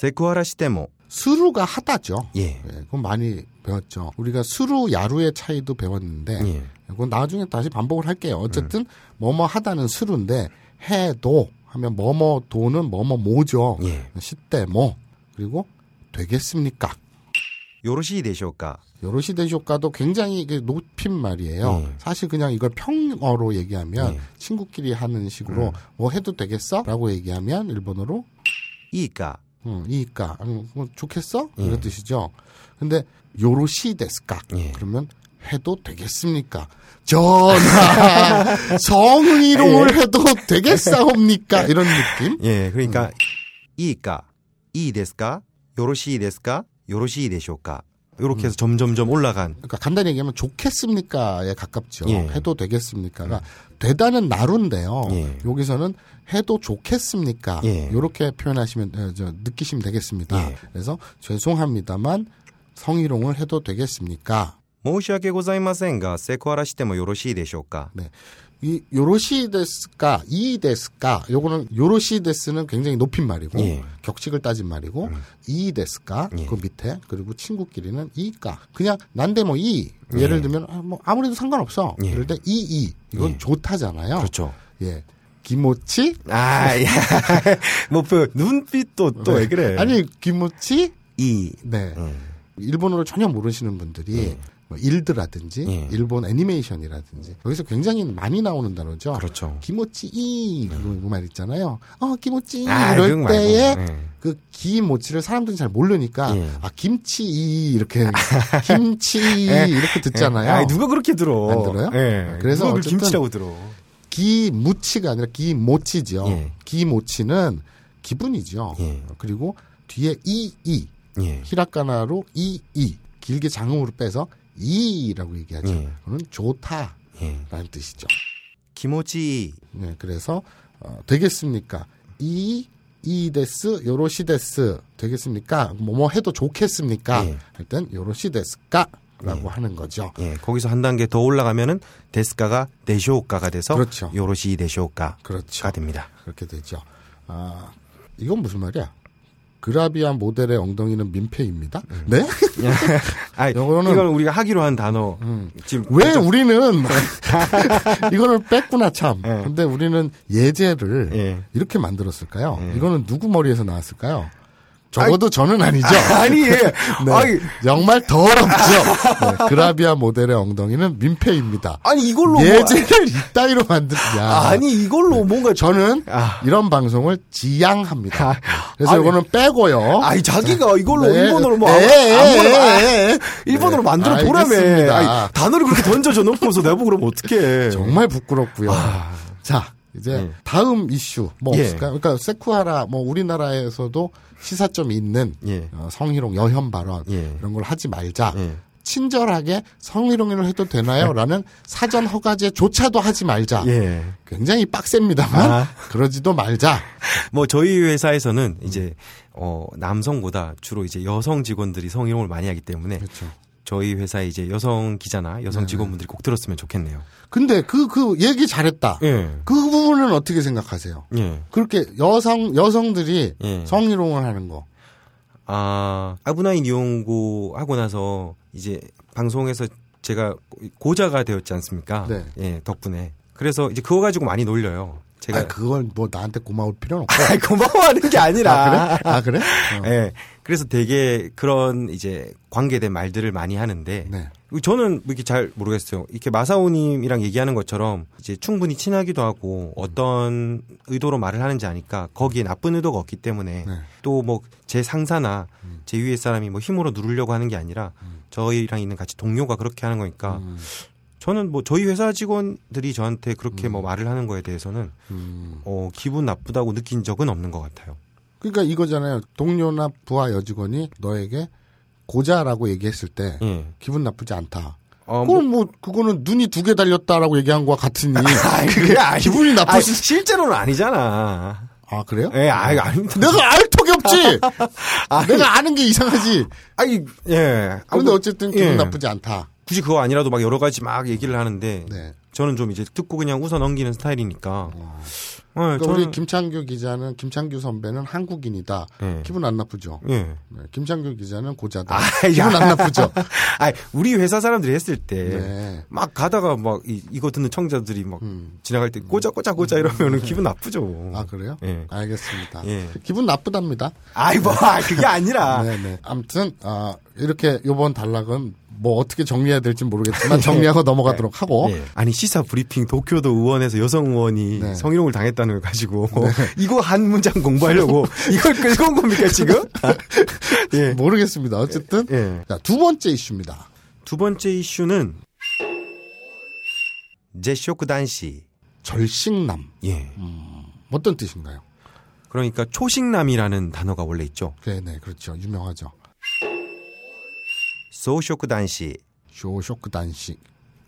세쿠하라 시대모.
수루가 하다죠.
예.
예, 그건 많이 배웠죠. 우리가 수루, 야루의 차이도 배웠는데,
예. 음.
그건 나중에 다시 반복을 할게요. 어쨌든 뭐뭐 하다는 수루인데 해도 하면 뭐뭐 도는 뭐뭐 모죠.
예.
시대 뭐 그리고 되겠습니까?
요로시 되쇼까.
요로시 대쇼가도 굉장히 이게 높임 말이에요.
예.
사실 그냥 이걸 평어로 얘기하면
예.
친구끼리 하는 식으로 뭐 해도 되겠어?라고 얘기하면 일본어로
이까.
음, 이까 음, 뭐 좋겠어?
예.
이런 뜻이죠. 근데 요로시 데스까?
예.
그러면 해도 되겠습니까? 전하 성희롱을 해도 되겠사옵니까? 이런 느낌.
예. 그러니까 이까. 이 데스까? 요로시 데스까? 요로시 되쇼까. 요렇게 해서 점점점 올라간
그러니까 간단히 얘기하면 좋겠습니까에 가깝죠.
예.
해도 되겠습니까가 되다는 나루인데요.
예.
여기서는 해도 좋겠습니까?
예.
이렇게 표현하시면 어, 저, 느끼시면 되겠습니다.
예.
그래서 죄송합니다만 성희롱을 해도 되겠습니까?
申し訳ございませんが、セクハラしてもよろしいでしょうか
네. 이 요로시 데스까 이 데스까 요거는 요로시 데스는 굉장히 높인 말이고
예. 음.
격식을 따진 말이고 이 데스까
예.
그 밑에 그리고 친구끼리는 이까 그냥 난데 뭐 이 예를 들면 아, 뭐 아무래도 상관없어
예.
이럴 때 이이 이건
예.
좋다잖아요
그렇죠.
예 김모치
아, 야. 네. 뭐, 그, 눈빛도 또 왜 그래?
아니 김모치
이.
네
음.
일본어를 전혀 모르시는 분들이 뭐 일드라든지
예.
일본 애니메이션이라든지 여기서 굉장히 많이 나오는 단어죠
그렇죠. 음.
기모찌 이 그거 뭐 말 있잖아요. 어 기모찌
아, 그거
이럴
말고.
때에
예.
그 기모찌를 사람들이 잘 모르니까
예.
아 김치 이 이렇게 김치 이 이렇게 듣잖아요.
예. 아, 누가 그렇게 들어?
안 들어요?
예.
그래서
그래서
어쨌든-
김치라고 들어.
기무치가 아니라 기모찌죠.
예.
기모찌는 기분이죠.
예.
그리고 뒤에 이이
예.
히라카나로 이이 길게 장음으로 빼서 이라고 얘기하죠.
예.
그는 좋다라는
예.
뜻이죠.
김치.
네, 그래서 어, 되겠습니까? 이 이데스 요로시데스 되겠습니까? 뭐뭐 해도 좋겠습니까?
예.
할 땐 요로시데스까라고 하는 거죠.
예. 거기서 한 단계 더 올라가면은, 데스카가 데쇼카가 돼서,
그렇죠.
요로시 데쇼카가
그렇죠.
됩니다.
그렇게 되죠. 아 이건 무슨 말이야? 그라비아 모델의 엉덩이는 민폐입니다.
음.
네?
아, 음.
요거는-
이건 우리가 하기로 한 단어. 지금
왜 우리는 이거를 뺐구나 참. 근데 우리는 예제를
예.
이렇게 만들었을까요? 이거는 누구 머리에서 나왔을까요? 적어도 저는 아니죠.
아니, 예.
네,
아니,
정말 더럽죠. 네, 그라비아 모델의 엉덩이는 민폐입니다.
아니, 이걸로. 뭐-
예제를 이따위로 만드냐.
아니, 이걸로 뭔가
저는
아.
이런 방송을 지양합니다. 네. 그래서
아니.
이거는 빼고요.
아니 자기가 이걸로
네.
일본어로 뭐
에,
아무- 아무거나 아,
에, 에. 네.
일본어로 만들어 보라며
알겠습니다.
아니, 단어를 그렇게 던져줘 놓고서 내가 보고 그러면 어떡해
정말 부끄럽고요. 자, 이제
네.
다음 이슈 뭐
아. 예.
없을까요? 그러니까 세쿠하라 뭐 우리나라에서도 시사점이 있는
예.
어, 성희롱 여현 발언
예.
이런 걸 하지 말자.
예.
친절하게 성희롱을 해도 되나요? 라는 사전 허가제조차도 하지 말자.
예.
굉장히 빡셉니다만
아.
그러지도 말자.
뭐 저희 회사에서는 이제 어 남성보다 주로 이제 여성 직원들이 성희롱을 많이 하기 때문에
그렇죠.
저희 회사에 이제 네. 여성 기자나 여성 직원분들이 꼭 들었으면 좋겠네요.
근데 그 그 얘기 잘했다.
예.
그 부분 이거는 어떻게 생각하세요?
예.
그렇게 여성 여성들이
예.
성희롱을 하는 거
아, 아브나인 이용고 하고 나서 이제 방송에서 제가 고자가 되었지 않습니까?
네.
예, 덕분에. 그래서 이제 그거 가지고 많이 놀려요. 제가
아, 그걸 뭐 나한테 고마울 필요는 없고.
아이, 고마워하는 게 아니라.
아, 그래? 아, 그래? 어.
예. 그래서 되게 그런 이제 관계된 말들을 많이 하는데
네.
저는 뭐 이렇게 잘 모르겠어요. 이렇게 마사오님이랑 얘기하는 것처럼 이제 충분히 친하기도 하고 어떤 의도로 말을 하는지 아니까 거기에 나쁜 의도가 없기 때문에
네. 음.
또 뭐 제 상사나 제 위에 사람이 뭐 힘으로 누르려고 하는 게 아니라 저희랑 있는 같이 동료가 그렇게 하는 거니까
음,
저는 뭐 저희 회사 직원들이 저한테 그렇게 뭐 말을 하는 거에 대해서는
음.
어 기분 나쁘다고 느낀 적은 없는 것 같아요.
그러니까 이거잖아요. 동료나 부하 여직원이 너에게 고자라고 얘기했을 때
예.
기분 나쁘지 않다.
어, 뭐-
그럼 뭐 그거는 눈이 두 개 달렸다라고 얘기한 거와 같으니
아이, 그게 아니-
기분이
아,
나쁠 수.
실제로는 아니잖아.
아 그래요?
예, 아, 아닙니다.
내가 알 턱이 없지. 내가 아는 게 이상하지.
아니, 예.
그런데
아무-
어쨌든 기분
예.
나쁘지 않다.
굳이 그거 아니라도 막 여러 가지 막 얘기를 하는데
네.
저는 좀 이제 듣고 그냥 웃어 넘기는 스타일이니까. 예,
그러니까
저는-
우리 김창규 기자는 김창규 선배는 한국인이다.
예.
기분 안 나쁘죠.
예.
네, 김창규 기자는 고자다.
아,
기분
야.
안 나쁘죠.
아, 우리 회사 사람들이 했을 때 막
네.
가다가 막 이, 이거 듣는 청자들이 막
음.
지나갈 때 꼬자 꼬자 꼬자 이러면은 기분 나쁘죠.
아 그래요?
예.
알겠습니다.
예.
기분 나쁘답니다.
아이 뭐 아, 그게 아니라
네네. 아무튼 아, 이렇게 요번 단락은 뭐 어떻게 정리해야 될지 모르겠지만 정리하고 넘어가도록 하고
예. 아니 시사 브리핑 도쿄도 의원에서 여성 의원이
네.
성희롱을 당했다는 걸 가지고 이거 한 문장 공부하려고 이걸 끌고 온 겁니까 지금? 예.
모르겠습니다. 어쨌든
예.
자, 두 번째 이슈입니다.
두 번째 이슈는 제쇼크 단시.
절식남
예.
어떤 뜻인가요?
그러니까 초식남이라는 단어가 원래 있죠.
네네 그렇죠 유명하죠.
소쇼크 단시.
쇼쇼크 단식.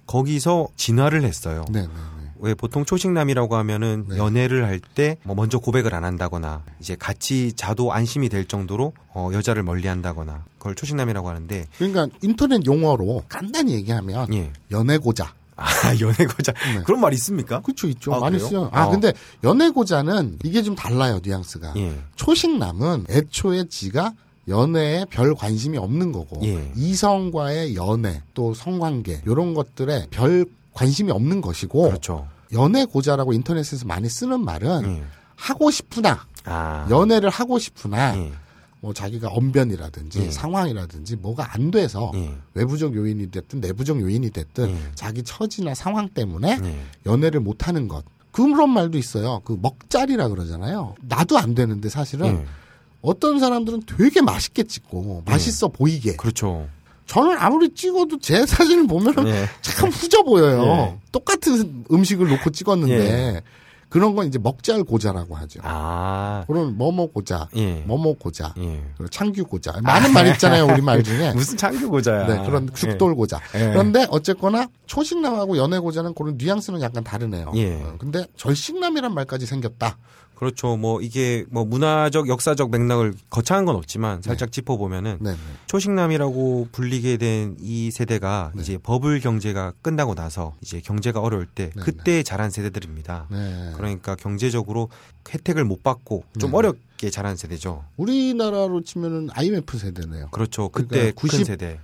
거기서 진화를 했어요.
네네네.
왜 보통 초식남이라고 하면은
네.
연애를 할 때 뭐 먼저 고백을 안 한다거나 이제 같이 자도 안심이 될 정도로 어 여자를 멀리 한다거나 그걸 초식남이라고 하는데
그러니까 인터넷 용어로 간단히 얘기하면
예.
연애고자.
아, 연애고자. 그런 말 있습니까?
네. 그렇죠 있죠
아,
많이
그래요?
쓰요. 아
어.
근데 연애고자는 이게 좀 달라요 뉘앙스가.
예.
초식남은 애초에 지가 연애에 별 관심이 없는 거고
예.
이성과의 연애 또 성관계 이런 것들에 별 관심이 없는 것이고
그렇죠.
연애고자라고 인터넷에서 많이 쓰는 말은
예.
하고 싶으나
아.
연애를 하고 싶으나
예.
뭐 자기가 언변이라든지
예.
상황이라든지 뭐가 안 돼서
예.
외부적 요인이 됐든 내부적 요인이 됐든
예.
자기 처지나 상황 때문에
예.
연애를 못하는 것 그런 말도 있어요 그 먹자리라 그러잖아요 나도 안 되는데 사실은
예.
어떤 사람들은 되게 맛있게 찍고 맛있어 보이게
그렇죠.
저는 아무리 찍어도 제 사진을 보면은
예.
참 후져 보여요
예.
똑같은 음식을 놓고 찍었는데 그런 건 이제 먹잘고자라고 하죠
아.
그런 뭐뭐고자
예.
뭐뭐고자
예.
그리고 창규고자 많은 말 있잖아요 우리 말 중에
무슨 창규고자야.
네, 그런 죽돌고자
예.
그런데 어쨌거나 초식남하고 연애고자는 그런 뉘앙스는 약간 다르네요
예.
어, 근데 절식남이란 말까지 생겼다
그렇죠. 뭐 이게 뭐 문화적 역사적 맥락을 거창한 건 없지만 살짝 짚어보면은
네, 네.
초식남이라고 불리게 된 이 세대가
네.
이제 버블 경제가 끝나고 나서 이제 경제가 어려울 때
네,
그때 자란 세대들입니다.
네.
그러니까 경제적으로 혜택을 못 받고 좀
네.
어렵게 자란 세대죠.
우리나라로 치면은 IMF 세대네요.
그렇죠. 그때
그러니까
큰
90
세대.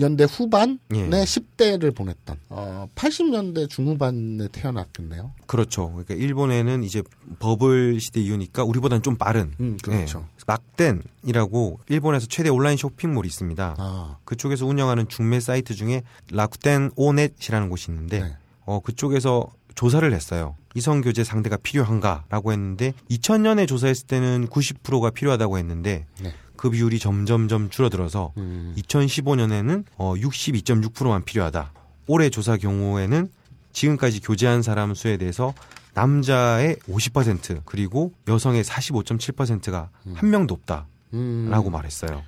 연대 후반에
예.
10대를 보냈던 어, 80년대 중후반에 태어났겠네요.
그렇죠. 그러니까 일본에는 이제 버블 시대 이후니까 우리보다는 좀 빠른.
음, 그렇죠.
예. 락덴이라고 일본에서 최대 온라인 쇼핑몰이 있습니다.
아,
그쪽에서 운영하는 중매 사이트 중에 락덴 오넷이라는 곳이 있는데
네.
어 그쪽에서 조사를 했어요. 이성 교제 상대가 필요한가라고 했는데 2000년에 조사했을 때는 90%가 필요하다고 했는데
네. 음.
그 비율이 점점점 줄어들어서 2015년에는 어 62.6%만 필요하다. 올해 조사 경우에는 지금까지 교제한 사람 수에 대해서 남자의 50% 그리고 여성의 45.7%가 한 명도 없다라고
음,
말했어요.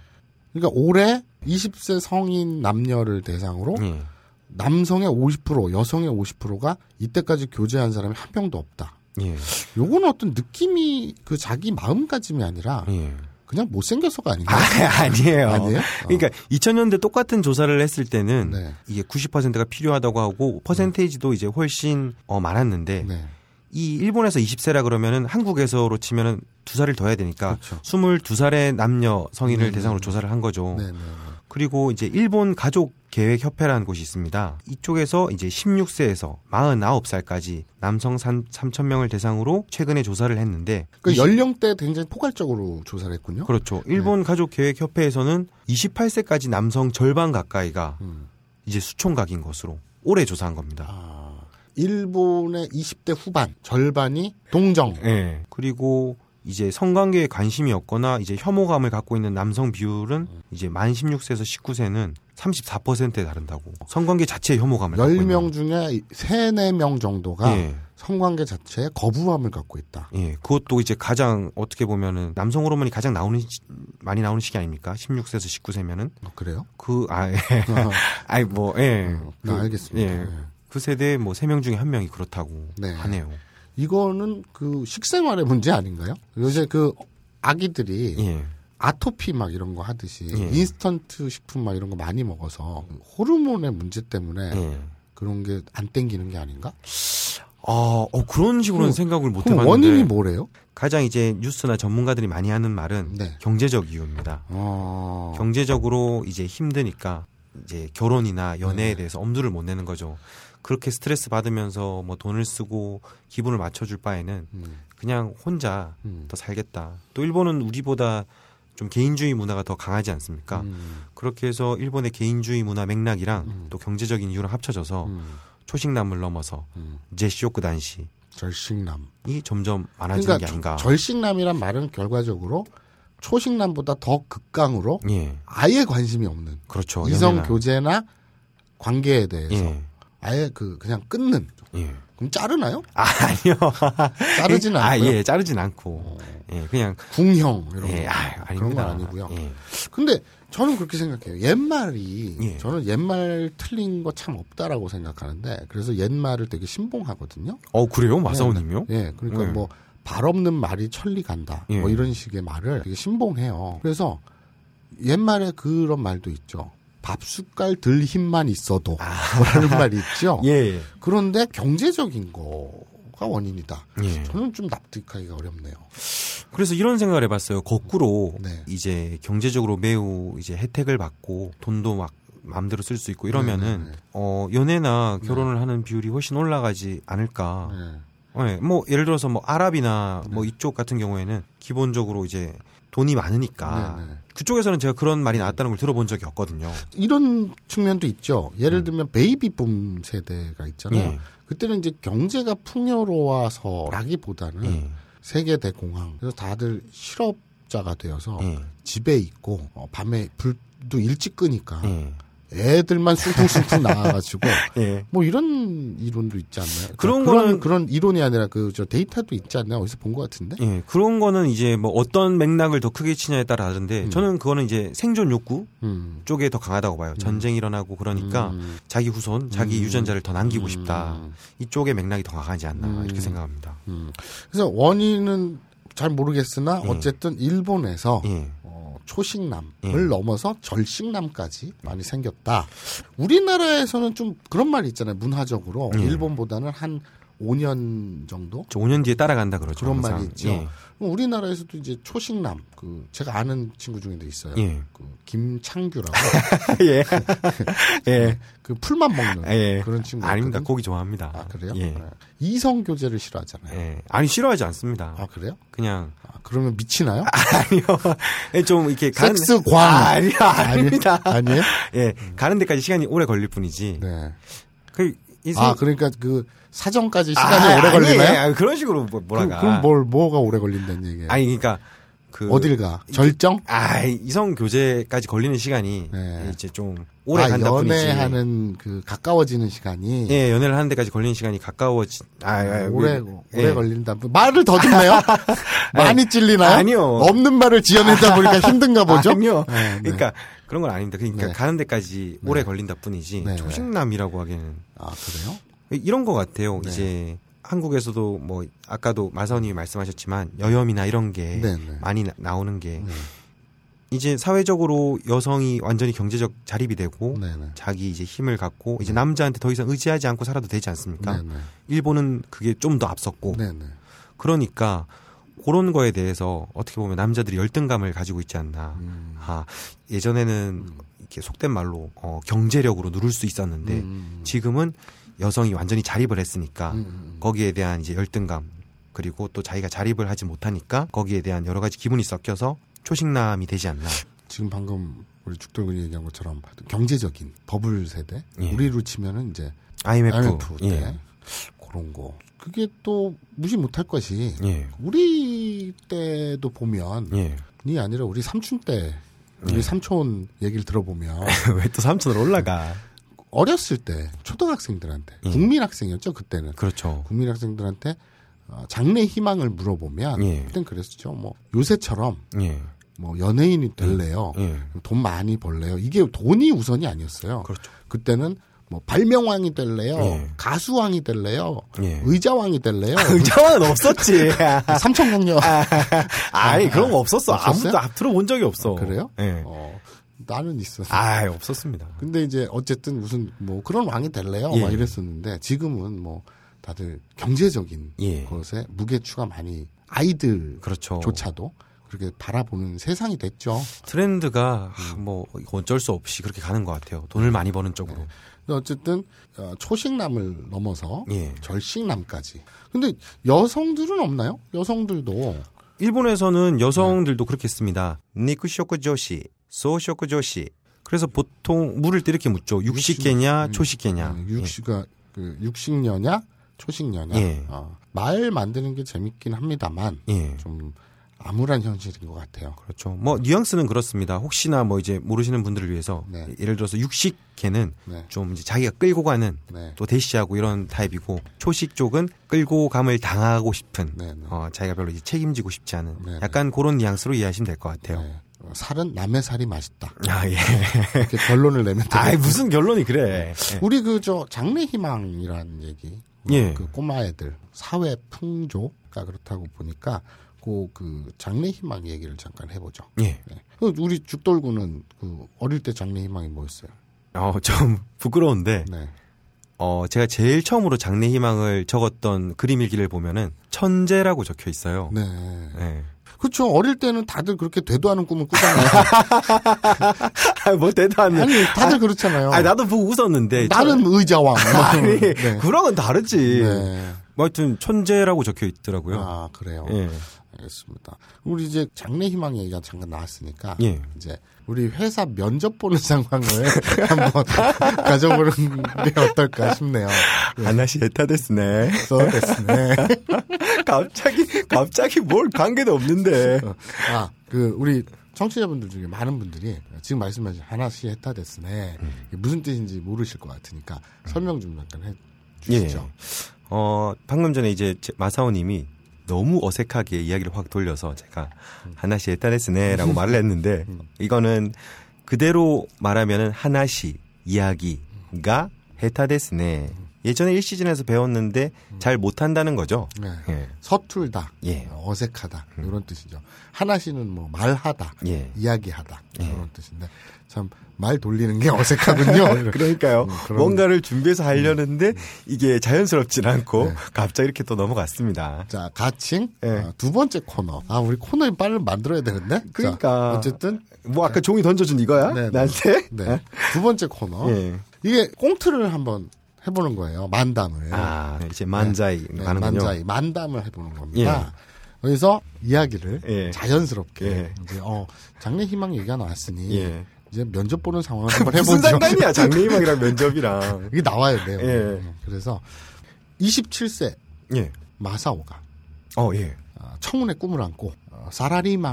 그러니까 올해 20세 성인 남녀를 대상으로
예.
남성의 50% 여성의 50%가 이때까지 교제한 사람이 한 명도 없다.
예.
요건 어떤 느낌이 그 자기 마음가짐이 아니라
예.
그냥 못생겨서가 아닌가?
아, 아니에요.
아니에요? 어.
그러니까 2000년대 똑같은 조사를 했을 때는
네.
이게 90%가 필요하다고 하고 퍼센테이지도 이제 훨씬 어, 많았는데
네.
이 일본에서 20세라 그러면은 한국에서로 치면은 두 살을 더 해야 되니까
그렇죠.
22살의 남녀 성인을
음.
대상으로 조사를 한 거죠.
네, 네, 네.
그리고 이제 일본 가족 계획 협회라는 곳이 있습니다. 이쪽에서 이제 16세에서 49살까지 남성 3,000명을 대상으로 최근에 조사를 했는데
그
20
연령대 굉장히 포괄적으로 조사를 했군요. 네.
그렇죠. 일본 가족 계획 협회에서는 28세까지 남성 절반 가까이가
음.
이제 수총각인 것으로 올해 조사한 겁니다.
아, 일본의 20대 후반 절반이 동정.
예. 그리고 이제 성관계에 관심이 없거나 이제 혐오감을 갖고 있는 남성 비율은
음.
이제 만 16세에서 19세는 34%에 다른다고. 성관계 자체에 혐오감을 갖고 있는
10명 중에 3, 4명 정도가
예.
성관계 자체에 거부함을 갖고 있다.
예, 그것도 이제 가장 어떻게 보면은 남성 호르몬이 가장 나오는 시- 많이 나오는 시기 아닙니까? 16세에서 19세면은
어, 그래요?
그아 예.
어,
아이 뭐 예.
네,
그,
알겠습니다.
예.
예.
그 세대에 뭐 세 명 중에 한 명이 그렇다고
네.
하네요.
이거는 그 식생활의 문제 아닌가요? 요새 그 아기들이
예.
아토피 막 이런 거 하듯이
예.
인스턴트 식품 막 이런 거 많이 먹어서 호르몬의 문제 때문에
예.
그런 게 안 땡기는 게 아닌가?
아, 어, 그런 식으로는
그럼-
생각을 못
그럼
해봤는데
원인이 뭐래요?
가장 이제 뉴스나 전문가들이 많이 하는 말은
네.
경제적 이유입니다.
어...
경제적으로 이제 힘드니까 이제 결혼이나
네.
연애에 대해서 엄두를 못 내는 거죠. 그렇게 스트레스 받으면서 뭐 돈을 쓰고 기분을 맞춰줄 바에는
음,
그냥 혼자
음,
더 살겠다. 또 일본은 우리보다 좀 개인주의 문화가 더 강하지 않습니까?
음,
그렇게 해서 일본의 개인주의 문화 맥락이랑
음.
또 경제적인 이유랑 합쳐져서
음,
초식남을 넘어서
음.
제시오크 단시
절식남.
이 점점 많아지는
그러니까
게 아닌가.
조- 절식남이란 말은 결과적으로 초식남보다 더 극강으로
예,
아예 관심이 없는
그렇죠.
이성
연애나.
교제나 관계에 대해서
예,
아예 그 그냥 끊는.
예.
그럼 자르나요?
아, 아니요.
자르진
아,
않고요.
예, 자르진 않고. 예, 그냥
궁형 이런
예,
거.
아, 아닙니다.
그런 건 아니고요.
예,
근데 저는 그렇게 생각해요. 옛말이
예.
저는 옛말 틀린 거 참 없다라고 생각하는데 그래서 옛말을 되게 신봉하거든요.
어 그래요, 마사오님요?
예, 그러니까
예.
뭐 발 없는 말이 천리 간다.
예.
뭐 이런 식의 말을 되게 신봉해요. 그래서 옛말에 그런 말도 있죠. 밥 숟갈 들 힘만 있어도 뭐라는 말이 있죠.
아. 예,
그런데 경제적인 거가 원인이다.
예.
저는 좀 납득하기가 어렵네요.
그래서 이런 생각을 해봤어요. 거꾸로
네.
이제 경제적으로 매우 이제 혜택을 받고 돈도 막 마음대로 쓸 수 있고 이러면은
네, 네, 네.
어 연애나 결혼을 하는 비율이 훨씬 올라가지 않을까.
예.
예, 뭐 예를 들어서 뭐 아랍이나
네.
뭐 이쪽 같은 경우에는 기본적으로 이제 돈이 많으니까
네, 네.
그쪽에서는 제가 그런 말이 나왔다는 걸 들어본 적이 없거든요.
이런 측면도 있죠. 예를 들면 베이비붐 세대가 있잖아요.
음. 예.
그때는 이제 경제가 풍요로워서라기보다는
예.
세계 대공황 그래서 다들 실업자가 되어서
예.
집에 있고 어, 밤에 불도 일찍 끄니까
예.
애들만 숭퉁숭퉁 나와가지고
예.
뭐 이런 이론도 있지 않나요? 그러니까
그런
그런
거는-
그런 이론이 아니라 그 저 데이터도 있지 않나요? 어디서 본 것 같은데.
예, 그런 거는 이제 뭐 어떤 맥락을 더 크게 치냐에 따라 다른데 저는 그거는 이제 생존 욕구
음.
쪽에 더 강하다고 봐요. 전쟁 일어나고 그러니까
음.
자기 후손, 자기
음.
유전자를 더 남기고
음.
싶다. 이쪽의 맥락이 더 강하지 않나
음.
이렇게 생각합니다.
음. 그래서 원인은 잘 모르겠으나
예.
어쨌든 일본에서
예.
어, 초식남을
예.
넘어서 절식남까지 많이 생겼다. 우리나라에서는 좀 그런 말이 있잖아요. 문화적으로
예.
일본보다는 한 5년 정도
저 5년 뒤에 따라간다 그러죠.
그런
항상.
말이 있죠.
예.
그럼 우리나라에서도 이제 초식남 그 제가 아는 친구 중에도 있어요.
예.
그 김창규라고
예. 예.
그 풀만 먹는
예.
그런 친구
아닙니다.
있거든요.
고기 좋아합니다.
아 그래요?
예.
이성 교제를 싫어하잖아요.
예. 아니 싫어하지 않습니다.
아 그래요?
그냥
아, 그러면 미치나요?
아니요. 예, 좀 이렇게 가는
섹스 광
아, 아니요. 아닙니다.
아니에요?
예. 가는 데까지 시간이 오래 걸릴 뿐이지.
네.
그 인생
아 그러니까 그 사정까지 시간이 오래 걸리나요?
아, 아니, 그런 식으로 뭐,
그럼,
뭐라가.
그럼 뭘 뭐가 오래 걸린다는 얘기예요?
아니 그러니까 그
네. 어딜 가? 절정?
아 이성 교제까지 걸리는 시간이
네.
이제 좀 오래
아,
간다 뿐이지.
연애하는 그 가까워지는 시간이
예, 연애를 하는 데까지 걸리는 시간이 가까워지. 아, 아,
네, 오래
왜-
오래
예. 네.
걸린다. 말을 더 듣나요? 많이 찔리나요?
아니요.
없는 말을 지어내다 보니까 힘든가 보죠.
아니요.
네, 네.
그러니까 그런 건 아닙니다. 그러니까
네.
가는 데까지 오래 걸린다 뿐이지.
네.
초식남이라고 하기에는
아 그래요?
이런 것
네.
같아요. 이제 한국에서도 뭐 아까도 마사오님이 말씀하셨지만 여염이나 이런 게
네, 네.
많이 나, 오는게 이제 사회적으로 여성이 완전히 경제적 자립이 되고
네네.
자기 이제 힘을 갖고 이제 남자한테 더 이상 의지하지 않고 살아도 되지 않습니까?
네네.
일본은 그게 좀 더 앞섰고
네네.
그러니까 그런 거에 대해서 어떻게 보면 남자들이 열등감을 가지고 있지 않나.
음.
아 예전에는 이렇게 속된 말로 어, 경제력으로 누를 수 있었는데
음.
지금은 여성이 완전히 자립을 했으니까
음, 음.
거기에 대한 이제 열등감 그리고 또 자기가 자립을 하지 못하니까 거기에 대한 여러 가지 기분이 섞여서 초식남이 되지 않나.
지금 방금 우리 죽돌근이 얘기한 것처럼 경제적인 버블 세대
예.
우리로 치면은 이제
IMF,
IMF 때
예.
그런 거 그게 또 무시 못할 것이
예.
우리 때도 보면
예.
이 아니라 우리 삼촌 때 우리
예.
삼촌 얘기를 들어보면
왜 또 삼촌으로 올라가?
어렸을 때 초등학생들한테
예.
국민학생이었죠 그때는
그렇죠.
국민학생들한테 어, 장래 희망을 물어보면
예.
그땐 그랬죠 뭐 요새처럼
예.
뭐 연예인이 될래요
예.
돈 많이 벌래요 이게 돈이 우선이 아니었어요
그렇죠.
그때는 뭐 발명왕이 될래요
예.
가수왕이 될래요
예.
의자왕이 될래요
의자와는 없었지.
삼천강녀
아,
아니 그런 거 없었어.
없었어요?
아무도 앞 들어본 적이 없어.
그래요?
예.
어, 나는 있었어
아 없었습니다.
근데 이제 어쨌든 무슨 뭐 그런 왕이 될래요?
예.
막 이랬었는데 지금은 뭐 다들 경제적인
예.
것에 무게추가 많이 아이들조차도
그렇죠.
그렇게 바라보는 세상이 됐죠.
트렌드가 아, 뭐 이거 어쩔 수 없이 그렇게 가는 것 같아요. 돈을 많이 버는 쪽으로.
근데 어쨌든 어, 초식남을 넘어서
예.
절식남까지. 근데 여성들은 없나요? 여성들도
일본에서는 여성들도 그렇게 씁니다. 니쿠쇼크 조시, 소쇼크 조시. 그래서 보통 물을 때 이렇게 묻죠. 육식계냐, 초식계냐.
음, 육식가 그 육식녀냐 초식녀냐.
예.
어, 말 만드는 게 재밌긴 합니다만
예. 예.
좀 암울한 현실인 것 같아요.
그렇죠. 뭐 뉘앙스는 그렇습니다. 혹시나 뭐 이제 모르시는 분들을 위해서
네.
예를 들어서 육식계는
네.
좀 이제 자기가 끌고 가는
네.
또 대시하고 이런 타입이고 초식 쪽은 끌고 감을 당하고 싶은
네, 네.
어, 자기가 별로 이제 책임지고 싶지 않은
네, 네.
약간 그런 뉘앙스로 이해하시면 될 것 같아요.
네. 어, 살은 남의 살이 맛있다.
아 예.
이렇게 결론을 내면 돼요.
아이 무슨 결론이 그래.
네,
우리 그 저 장래희망이라는 얘기,
예.
그 꼬마애들 사회 풍조가 그렇다고 보니까 그 그 장래희망 얘기를 잠깐 해보죠.
예.
네. 그 우리 죽돌구는 그 어릴 때 장래희망이 뭐였어요?
어좀 부끄러운데
네.
어 제가 제일 처음으로 장래 희망을 적었던 그림 일기를 보면은 천재라고 적혀 있어요.
네.
예.
그렇죠. 어릴 때는 다들 그렇게 되도 않은 꿈을 꾸잖아요.
아, 뭐 대단해.
아니 다들 그렇잖아요.
아 나도 보고 웃었는데.
나는 의자왕.
아니
네.
그런 건 다르지.
네.
뭐 하여튼 천재라고 적혀 있더라고요.
아 그래요.
예.
알겠습니다. 우리 이제 장래희망 얘기가 잠깐 나왔으니까
예.
이제 우리 회사 면접 보는 상황을 한번 가져보는 게 어떨까 싶네요. 예.
하나씩 에타 됐네.
그래서 됐네.
갑자기 갑자기 뭘 관계도 없는데.
아, 그 우리 청취자분들 중에 많은 분들이 지금 말씀하신 하나씩 했다 됐으네. 이게 무슨 뜻인지 모르실 것 같으니까 설명 좀 잠깐 해
예.
주시죠.
어, 방금 전에 이제 제- 마사오님이 너무 어색하게 이야기를 확 돌려서 제가 하나시 에타네스네라고 말을 했는데
음.
이거는 그대로 말하면은 하나시 이야기가 헤타데스네. 예전에 1시즌에서 배웠는데
음.
잘 못한다는 거죠.
네.
예.
서툴다,
예.
어색하다
음.
이런 뜻이죠. 하나씩은 뭐 말하다,
예.
이야기하다 이런 뜻인데 참 말 돌리는 게 어색하군요.
그러니까요.
음, 그런-
뭔가를 준비해서 하려는데 이게 자연스럽진 않고 갑자기 이렇게 또 넘어갔습니다.
자, 가칭
예.
아, 두 번째 코너. 아, 우리 코너 이빨을 만들어야 되는데.
그러니까.
자, 어쨌든
뭐 아까 종이 던져준 이거야?
네, 네.
나한테?
네. 두 번째 코너.
예.
이게 꽁트를 한번 해보는 거예요. 만담을.
아, 이제 만자이
네,
가는군요.
만자이 만담을 해보는 겁니다. 여기서 이야기를
예.
자연스럽게
예.
이제 어 장래 희망 얘기가 나왔으니
예.
이제 면접 보는 상황을 한번 해보죠.
무슨 상관이야 장래희망이랑 면접이랑.
이게 나와야 돼요.
예.
네, 그래서 27세
예.
마사오가
어, 예.
어, 청혼의 꿈을 안고 어,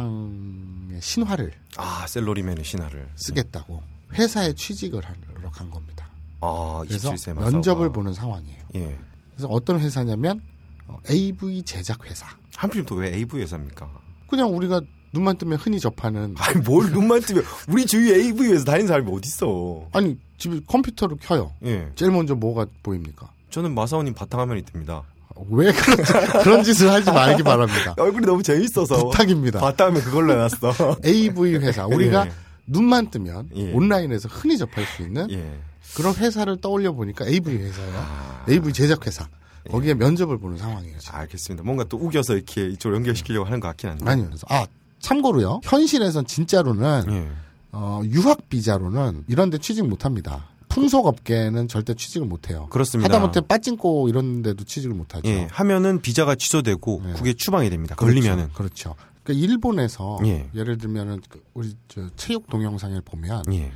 사라리망의 신화를
아, 셀러리맨의 신화를.
쓰겠다고 회사에 취직을 하러 간 겁니다.
아,
그래서
27세 마사오가.
면접을 보는 상황이에요.
예.
그래서 어떤 회사냐면 어, AV 제작 회사.
하필 또 왜 AV 회사입니까?
그냥 우리가 눈만 뜨면 흔히 접하는
아니 뭘 눈만 뜨면 우리 주위 AV에서 다니는 사람이 어딨어.
아니 집에 컴퓨터를 켜요.
예.
제일 먼저 뭐가 보입니까?
저는 마사오님 바탕화면이 뜹니다.
왜 그런, 그런 짓을 하지 말기 바랍니다.
얼굴이 너무 재밌어서
부탁입니다.
봤다 하면 그걸로 해놨어.
AV 회사 우리가
예.
눈만 뜨면
예.
온라인에서 흔히 접할 수 있는
예.
그런 회사를 떠올려 보니까 AV 회사예요.
아.
AV 제작 회사.
예.
거기에 면접을 보는 상황이에요. 지금.
알겠습니다. 뭔가 또 우겨서 이렇게 이쪽으로 연결시키려고 하는 것 같긴 한데.
아니요. 그래서 아 참고로요. 현실에선 진짜로는
예.
어, 유학 비자로는 이런데 취직 못합니다. 풍속업계는 절대 취직을 못해요.
그렇습니다.
하다못해 빠진코 이런데도 취직을 못하죠.
예, 하면은 비자가 취소되고
예.
국외 추방이 됩니다. 걸리면은
그렇죠. 그러니까 일본에서
예.
예. 를 들면은 그 우리 저 체육 동영상을 보면
예,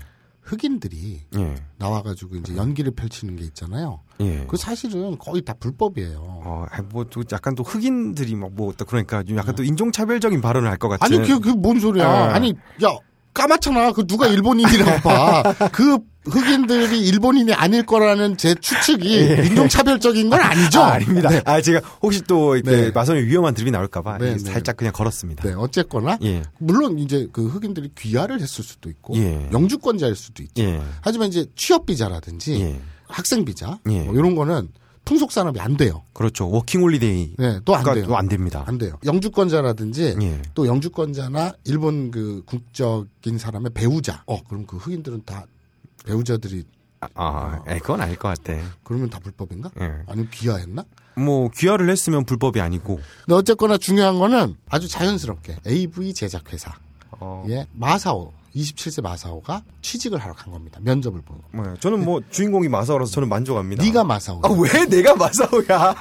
흑인들이
예,
나와가지고 이제 연기를 펼치는 게 있잖아요.
예.
그 사실은 거의 다 불법이에요.
어, 아이, 뭐, 또 약간 또 흑인들이 막 뭐, 또 그러니까 좀 약간 또 인종차별적인 발언을 할 것 같은.
네. 아니 그게 그게 뭔 소리야?
아.
아니 야 까맣잖아. 그 누가 일본인이라고 봐. 그 흑인들이 일본인이 아닐 거라는 제 추측이 인종차별적인 건 아니죠?
예. 아, 닙니다 아, 제가 혹시 또 이렇게
네.
마선의 위험한 드립이 나올까봐
네,
이게
네.
살짝 그냥 걸었습니다.
네, 어쨌거나
예,
물론 이제 그 흑인들이 귀화를 했을 수도 있고
예.
영주권자일 수도 있죠.
예,
하지만 이제 취업 비자라든지
예.
학생 비자
예.
뭐 이런 거는 풍속 산업이 안 돼요.
그렇죠. 워킹홀리데이. 그러니까
네, 또 안 돼요.
또안 됩니다.
안 돼요. 영주권자라든지
예.
또 영주권자나 일본 그 국적인 사람의 배우자. 어, 그럼 그 흑인들은 다 배우자들이
아, 아, 예, 그건 아닐 것 같아.
그러면 다 불법인가?
예.
아니면 귀화했나?
뭐, 귀화를 했으면 불법이 아니고.
근데 어쨌거나 중요한 거는 아주 자연스럽게 AV 제작 회사
어,
예 마사오 27세 마사오가 취직을 하러 간 겁니다. 면접을 보는 거.
뭐, 저는 뭐, 주인공이 마사오라서 저는 만족합니다.
네가 마사오.
아, 왜 내가 마사오야?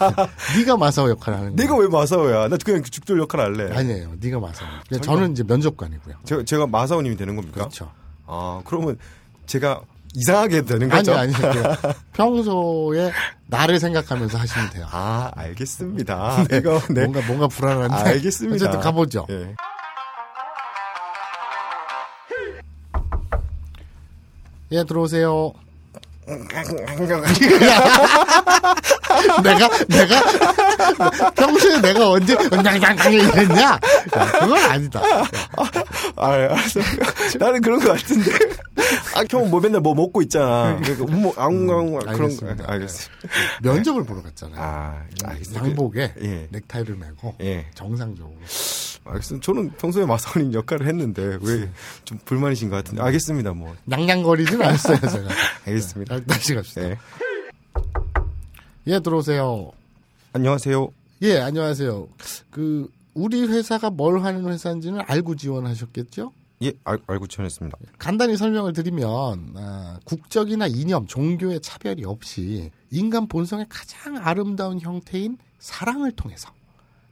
네가 마사오 역할을 하는 거야.
내가 왜 마사오야? 나 그냥 죽돌 역할 할래.
아니에요. 네가 마사오. 근데 저는 이제 면접관이고요.
제가, 제가 마사오님이 되는 겁니까?
그렇죠.
아, 그러면 제가 이상하게 되는
아니
거죠?
아니 평소에 나를 생각하면서 하시면 돼요.
아, 알겠습니다. 이거, 네.
뭔가 뭔가 불안한데.
알겠습니다.
어쨌든 가보죠.
예.
예, 들어오세요. 내가 내가 평소에 내가 언제 냥냥냥 이랬냐? 야, 그건 아니다.
아, 알았어. 나는 그런 거 같은데. 아, 형뭐 맨날 뭐 먹고 있잖아. 그러니까 뭐, 앙앙 그런 거.
네. 음, 알겠습니다.
알겠어.
면접을 보러 갔잖아요.
아, 알겠습니다.
양복에
예.
넥타이를 메고
예.
정상적으로.
알겠습니다. 저는 평소에 마사오님 역할을 했는데 왜 좀 불만이신 것 같은데. 알겠습니다. 뭐.
냥냥거리진 않았어요 제가.
알겠습니다.
네, 다시 갑시다.
네.
예, 들어오세요.
네. 안녕하세요.
예, 안녕하세요. 그 우리 회사가 뭘 하는 회사인지는 알고 지원하셨겠죠?
예, 알, 알고 지원했습니다.
간단히 설명을 드리면 아, 국적이나 이념, 종교의 차별이 없이 인간 본성의 가장 아름다운 형태인 사랑을 통해서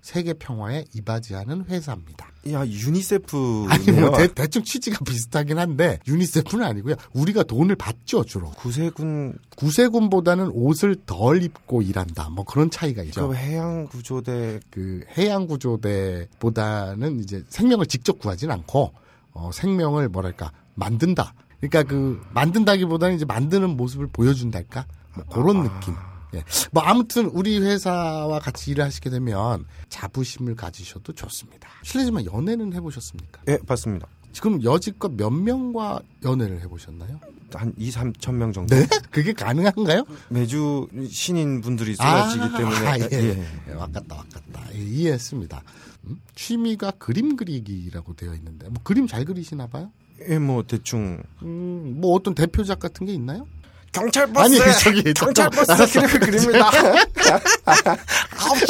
세계 평화에 이바지하는 회사입니다.
야, 유니세프.
아니 뭐 대, 대충 취지가 비슷하긴 한데 유니세프는 아니고요. 우리가 돈을 받죠 주로.
구세군 그
구세군보다는 옷을 덜 입고 일한다. 뭐 그런 차이가 있죠.
그 해양 구조대
그 해양 구조대보다는 이제 생명을 직접 구하진 않고 어, 생명을 뭐랄까 만든다. 그러니까 그 만든다기보다는 이제 만드는 모습을 보여준달까 뭐 그런 느낌. 예. 뭐 아무튼 우리 회사와 같이 일을 하시게 되면 자부심을 가지셔도 좋습니다. 실례지만 연애는 해보셨습니까?
예, 봤습니다.
지금 여지껏 몇 명과 연애를 해보셨나요?
한 2, 3천 명 정도.
네? 그게 가능한가요?
매주 신인 분들이 쏟아지기 때문에
아, 예.
예.
예, 왔갔다 왔갔다 예, 이해했습니다. 음? 취미가 그림 그리기라고 되어 있는데 뭐 그림 잘 그리시나 봐요?
예, 뭐 대충
음, 뭐 어떤 대표작 같은 게 있나요?
경찰버스
아니, 저기,
경찰버스 그림을 그립니다.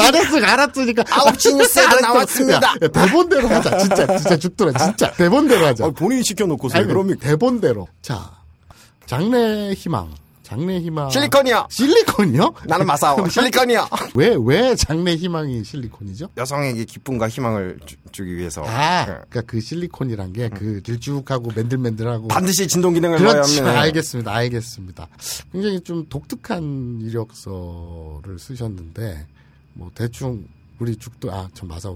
알았어, 알았으니까 아홉 시 뉴스에 나왔습니다. 예, 대본대로 하자, 진짜, 진짜 죽더라, 진짜 대본대로 하자.
아, 본인이 시켜놓고서
아니,
그럼
대본대로. 자, 장래 희망, 장래 희망.
실리콘이야.
실리콘이요?
나는 마사오. 실리콘이야.
왜, 왜 장래 희망이 실리콘이죠?
여성에게 기쁨과 희망을 주, 주기 위해서
아,
예.
그러니까 그 실리콘이란 게 그 길쭉하고 맨들맨들하고
반드시 진동 기능을 넣어야
그렇지,
합니다.
그렇죠. 알겠습니다, 알겠습니다. 굉장히 좀 독특한 이력서를 쓰셨는데, 뭐, 대충, 우리 죽도, 아, 전 마사오.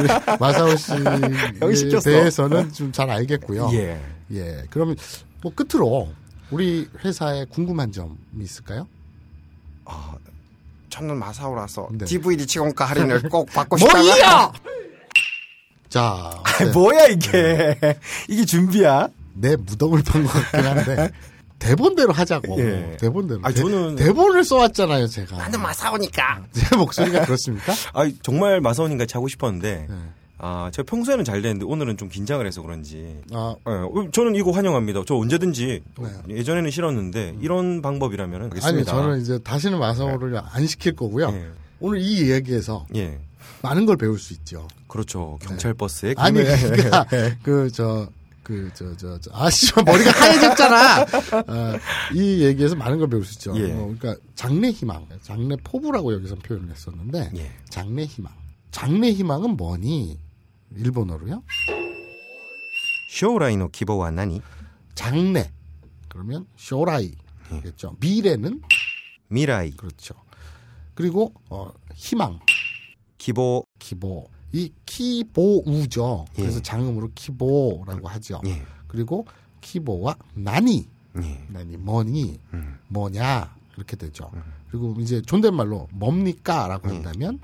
우리 마사오
형
씨에
시켰어.
대해서는 좀 잘 알겠고요.
예.
예. 그러면, 뭐, 끝으로, 우리 회사에 궁금한 점이 있을까요?
저는 마사오라서
네.
DVD 치공가 할인을 꼭 받고
뭐야! 자,
뭐.
어때?
뭐야 이게 이게 준비야?
내 무덤을 판 것 같긴 한데, 대본대로 하자고.
예.
대본대로.
아,
대-
저는-
대본을 써왔잖아요, 제가.
마사오니까.
제 목소리가 그렇습니까?
아 정말 마사오님과 자고 싶었는데
네.
아 제가 평소에는 잘 되는데 오늘은 좀 긴장을 해서 그런지
아,
예, 어, 저는 이거 환영합니다. 저 언제든지
네.
예전에는 싫었는데 이런 방법이라면
아니
하겠습니다. 네.
저는 이제 다시는 마성우를 안 시킬 거고요.
예.
오늘 이 이야기에서
예.
많은 걸 배울 수 있죠.
그렇죠. 경찰 버스에
아니 그러니까
예.
그 저 그 저 저 저 아씨 머리가 하얘졌잖아. 어, 이 얘기에서 많은 걸 배울 수 있죠.
예.
어, 그러니까 장래 희망, 장래 포부라고 여기서 표현을 했었는데
예.
장래 희망, 장래 희망은 뭐니? 일본어로요?
쇼라이노 기보와 나니
장래 그러면 쇼라이겠죠. 미래는
미라이
그렇죠. 그리고 어, 희망
기보
기보 이 키보우죠.
예.
그래서 장음으로 키보라고 하죠.
예.
그리고 키보와 나니
예.
나니 뭐니
음.
뭐냐 이렇게 되죠. 그리고 이제 존댓말로
예.
뭡니까라고 한다면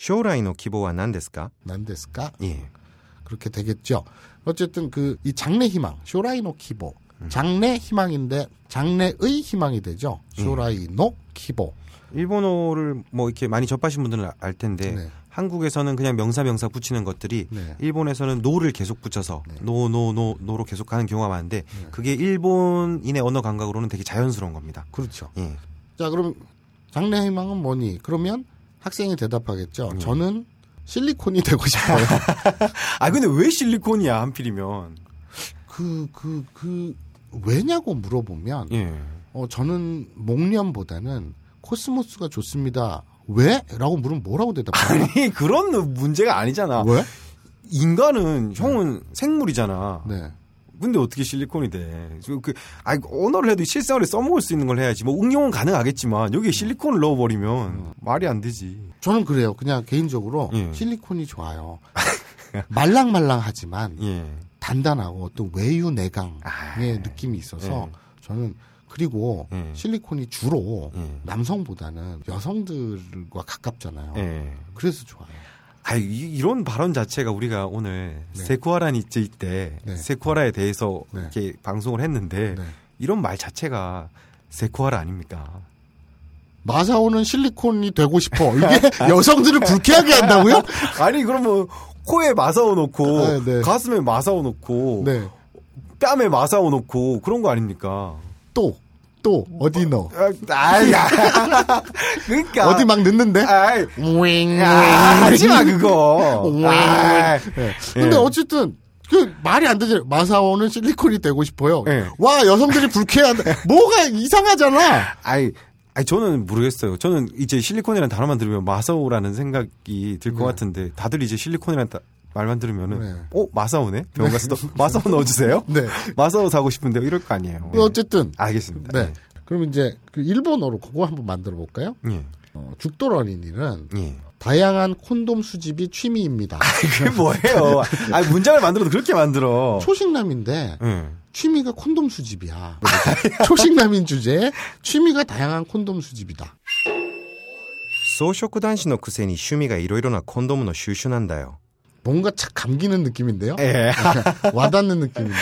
将来の希望は何ですか
난데스까
예.
그렇게 되겠죠. 어쨌든 그 이 장래 희망 쇼라이노 키보
음.
장래 희망인데 장래의 희망이 되죠.
예.
쇼라이노 키보
일본어를 뭐 이렇게 많이 접하신 분들은 아- 알 텐데
네.
한국에서는 그냥 명사 명사 붙이는 것들이
네.
일본에서는 노를 계속 붙여서
네.
노 노 노 노로 계속 가는 경우가 많은데 그게 일본인의 언어 감각으로는 되게 자연스러운 겁니다.
그렇죠.
예.
자 그럼 장래 희망은 뭐니? 그러면 학생이 대답하겠죠.
음.
저는 실리콘이 되고 싶어요.
아 근데 왜 실리콘이야 하필이면?
그, 그, 그, 왜냐고 물어보면,
예.
어, 저는 목련보다는 코스모스가 좋습니다. 왜? 라고 물으면 뭐라고 대답하나?
아니 그런 문제가 아니잖아.
왜?
네.
인간은 형은 생물이잖아.
네.
근데 어떻게 실리콘이 돼? 저 그, 아 언어를 해도 실생활에 써먹을 수 있는 걸 해야지. 뭐 응용은 가능하겠지만 여기에 실리콘을 넣어버리면
음.
말이 안 되지.
저는 그래요. 그냥 개인적으로
예.
실리콘이 좋아요. 말랑말랑하지만
예.
단단하고 또 외유 내강의
아,
예.
느낌이 있어서 저는 그리고
예.
실리콘이 주로
예.
남성보다는 여성들과 가깝잖아요.
예.
그래서 좋아요.
아 이런 발언 자체가 우리가 오늘
네.
세쿠아라 니쯔이 때
네.
세쿠아라에 대해서
네.
이렇게 방송을 했는데
네.
이런 말 자체가 세쿠아라 아닙니까?
마사오는 실리콘이 되고 싶어. 이게 여성들을 불쾌하게 한다고요?
아니 그럼 뭐 코에 마사오 놓고
아, 네.
가슴에 마사오 놓고
네.
뺨에 마사오 놓고 그런 거 아닙니까?
또, 또, 어디 넣어?
아야 그러니까
어디 막 넣는데?
아이,
윙.
아, 하지마 그거.
윙.
아,
네. 근데 어쨌든, 그, 말이 안 되죠. 마사오는 실리콘이 되고 싶어요.
네.
와, 여성들이 불쾌한다. 뭐가 이상하잖아.
아이, 아이 저는 모르겠어요. 저는 이제 실리콘이라는 단어만 들으면 마사오라는 생각이 들 것 같은데 다들 이제 실리콘이라는 다- 말만 들으면은
네.
어 마사오네 병원 가서도 마사오 넣어주세요.
네.
마사오 사고 싶은데 이럴 거 아니에요.
네.
근데 어쨌든,
알겠습니다.
네. 그럼 이제, 그 일본어로 그거 한번 만들어 볼까요?
예.
어, 죽도런인이는
예.
다양한 콘돔 수집이 취미입니다.
그게 뭐예요? 아 문장을 만들어도 그렇게 만들어.
초식남인데,
예.
취미가 콘돔 수집이야. 초식남인 주제에 취미가 다양한 콘돔 수집이다.
草食男子のくせに趣味がいろいろなコンドームの収集なんだよ。
뭔가 착 감기는 느낌인데요?
예.
와닿는 느낌인데?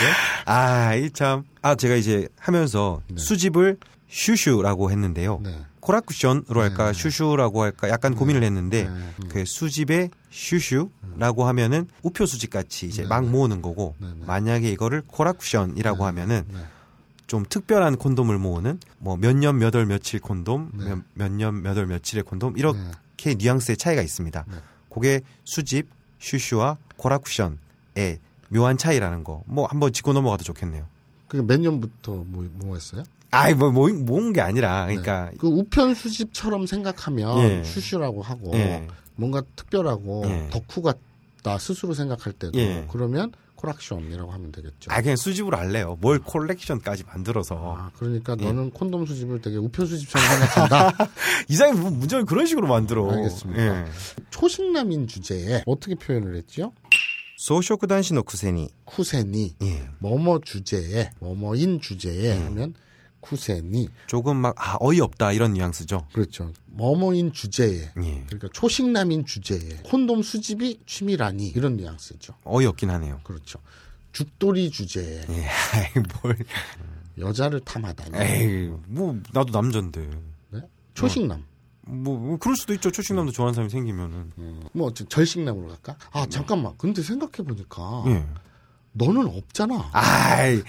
아, 이 참. 아, 제가 이제 하면서 수집을 슈슈라고 했는데요.
네.
코라쿠션으로 할까 슈슈라고 할까 약간 고민을 했는데
네.
그 수집의 슈슈라고 하면은 우표 수집 같이
네.
이제 막 모으는 거고 만약에 이거를 코라쿠션이라고 하면은
네.
좀 특별한 콘돔을 모으는 뭐 몇 년 몇 월 며칠 콘돔
네.
몇 년 몇 월 며칠의 콘돔 이렇게 뉘앙스의 차이가 있습니다.
네.
그게 수집 슈슈와 코라쿠션의 묘한 차이라는 거 뭐 한번 짚고 넘어가도 좋겠네요.
그게 몇 년부터 뭐, 뭐 했어요?
아이 뭐 모은 모은 게 아니라 그러니까
그 우편 수집처럼 생각하면
예.
슈슈라고 하고
예.
뭔가 특별하고
예.
덕후 같다 스스로 생각할 때도
예.
그러면 코락션이라고 하면 되겠죠.
아 그냥 수집으로 할래요. 뭘 콜렉션까지 만들어서
아, 그러니까
예.
너는 콘돔 수집을 되게 우편 수집처럼 생각한다.
이상이 문- 문장을 그런 식으로 만들어.
아. 알겠습니다.
예.
초식남인 주제에 어떻게 표현을 했지요?
草食男子のくせに
쿠세니
예.
뭐뭐 주제에 뭐뭐인 주제에 하면 쿠세니
조금 막 아, 어이없다 이런 뉘앙스죠.
그렇죠 뭐뭐인 주제에
예.
그러니까 초식남인 주제에 콘돔 수집이 취미라니 이런 뉘앙스죠
어이없긴 하네요.
그렇죠 죽돌이 주제에
예. 아이, 뭘
여자를 탐하다니.
에이, 뭐 나도 남잔데.
네? 초식남.
뭐, 뭐 그럴 수도 있죠. 초식남도 좋아하는 사람이 생기면은.
뭐 어째- 절식남으로 갈까? 아 잠깐만. 근데 생각해 보니까
예.
너는 네. 없잖아.
아이.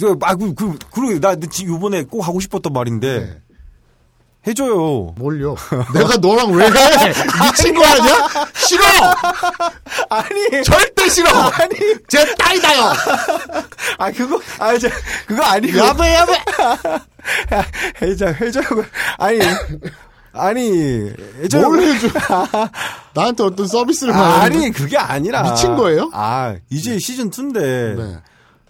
저, 아, 그, 그, 그러고, 나 지금 요번에 꼭 하고 싶었던 말인데,
네.
해줘요.
뭘요? 내가 너랑 왜 해? 미친 거 아니야? 싫어.
아니,
절대 싫어.
아니,
제 딸이다요.
아, 그거, 아, 저, 그거 아니고.
야배 야배.
해줘, 해줘. 아니, 아니, 해줘.
뭘 해줘? 나한테 어떤 서비스를
아,
받는
아니, 그게 아니라.
미친 거예요?
아, 이제 시즌2인데.
네.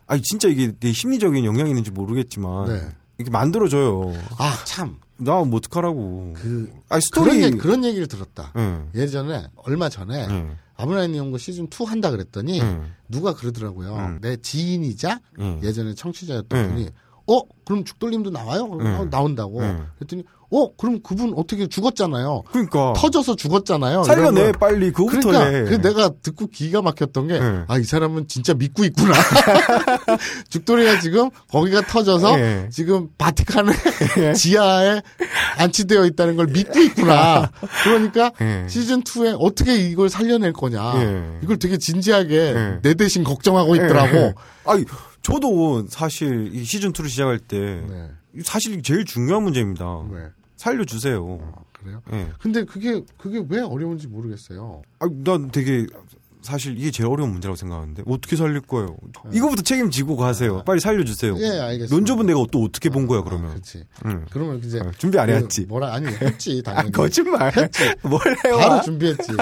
아니, 진짜 이게 내 심리적인 영향이 있는지 모르겠지만.
네.
이렇게 만들어져요.
아 참.
나 뭐 어떡하라고.
그
아,
그런
스토리.
얘, 그런 얘기를 들었다.
응.
예전에 얼마 전에
응.
아브라인 연구 시즌 2 한다 그랬더니
응.
누가 그러더라고요.
응.
내 지인이자
응.
예전에 청취자였던
응.
분이 어 그럼 죽돌림도 나와요? 그럼
응.
어, 나온다고.
응.
그랬더니 어 그럼 그분 어떻게 죽었잖아요.
그러니까.
터져서 죽었잖아요.
살려내,
이런 거.
빨리. 그거부터
그러니까
해.
그래서 내가 듣고 기가 막혔던 게 아
응.
이 사람은 진짜 믿고 있구나. 죽돌이가 지금 거기가 터져서
예.
지금 바티칸의 지하에 안치되어 있다는 걸 믿고 있구나. 그러니까
예.
시즌 2에 어떻게 이걸 살려낼 거냐.
예.
이걸 되게 진지하게
예.
내 대신 걱정하고
예.
있더라고.
아니, 저도 사실 이 시즌2를 시작할 때.
네.
사실 제일 중요한 문제입니다.
왜?
살려주세요.
아, 그래요?
예.
근데 그게 그게 왜 어려운지 모르겠어요.
아, 난 되게 사실 이게 제일 어려운 문제라고 생각하는데 어떻게 살릴 거예요? 이거부터 책임지고 가세요. 빨리 살려주세요.
네. 예, 알겠습니다.
논조분 내가 또 어떻게 본 거야
아,
그러면?
그렇지.
응.
그러면 이제
아, 준비 안
그
해왔지.
뭐라 아니 했지
아,
당연히.
거짓말. 뭘 해요?
바로 준비했지.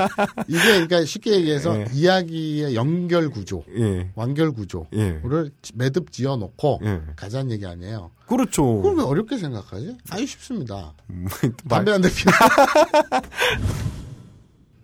이게 그러니까 쉽게 얘기해서
아. 예.
이야기의 연결 구조,
예,
완결 구조를
예,
매듭 지어 놓고
예.
가자는 얘기 아니에요.
그렇죠.
그걸 왜 어렵게 생각하지? 아니 쉽습니다.
말-
담배 한 대 피워.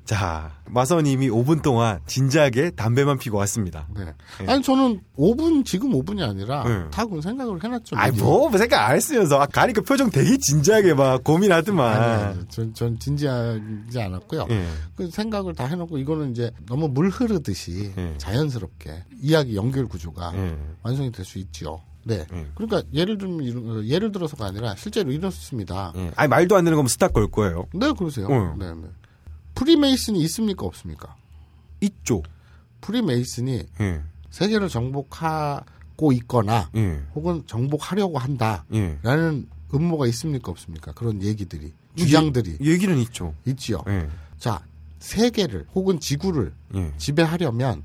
자, 마선님이 5분 동안 진지하게 담배만 피고 왔습니다.
네. 아니 저는 5분 지금 5분이 아니라
예.
다 그건 생각을 해놨죠.
아이
미리.
뭐 생각 안 했으면서 아, 가니까 표정 되게 진지하게 막 고민하더만.
아니, 아니, 전, 전 진지하지 않았고요.
예.
그 생각을 다 해놓고 이거는 이제 너무 물 흐르듯이
예.
자연스럽게 이야기 연결 구조가
예.
완성이 될 수 있죠. 네.
예.
그러니까 예를 들면 이런- 어, 예를 들어서가 아니라 실제로 이렇습니다.
예. 아니 말도 안 되는 거면 스탑 걸 거예요.
네, 그러세요.
어.
네, 네. 프리메이슨이 있습니까 없습니까?
있죠.
프리메이슨이
예.
세계를 정복하고 있거나
예.
혹은 정복하려고
예.
한다라는 음모가 있습니까 없습니까? 그런 얘기들이 주장들이
얘기는 있죠.
있지요.
예.
자, 세계를 혹은 지구를
예.
지배하려면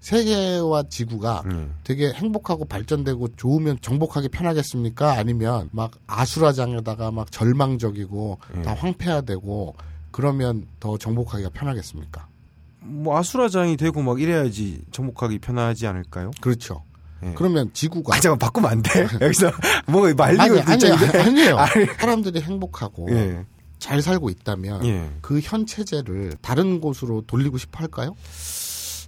세계와 지구가
예.
되게 행복하고 발전되고 좋으면 정복하기 편하겠습니까? 아니면 막 아수라장에다가 막 절망적이고 다
예.
황폐화되고 그러면 더 정복하기가 편하겠습니까?
뭐 아수라장이 되고 막 이래야지 정복하기 편하지 않을까요?
그렇죠.
예.
그러면 지구가
아 잠깐 바꾸면 안 돼. 여기서 뭔가 말리고
아니
있는
아니
중인데.
아니에요.
아니.
사람들이 행복하고
예.
잘 살고 있다면
예.
그 현 체제를 다른 곳으로 돌리고 싶어 할까요?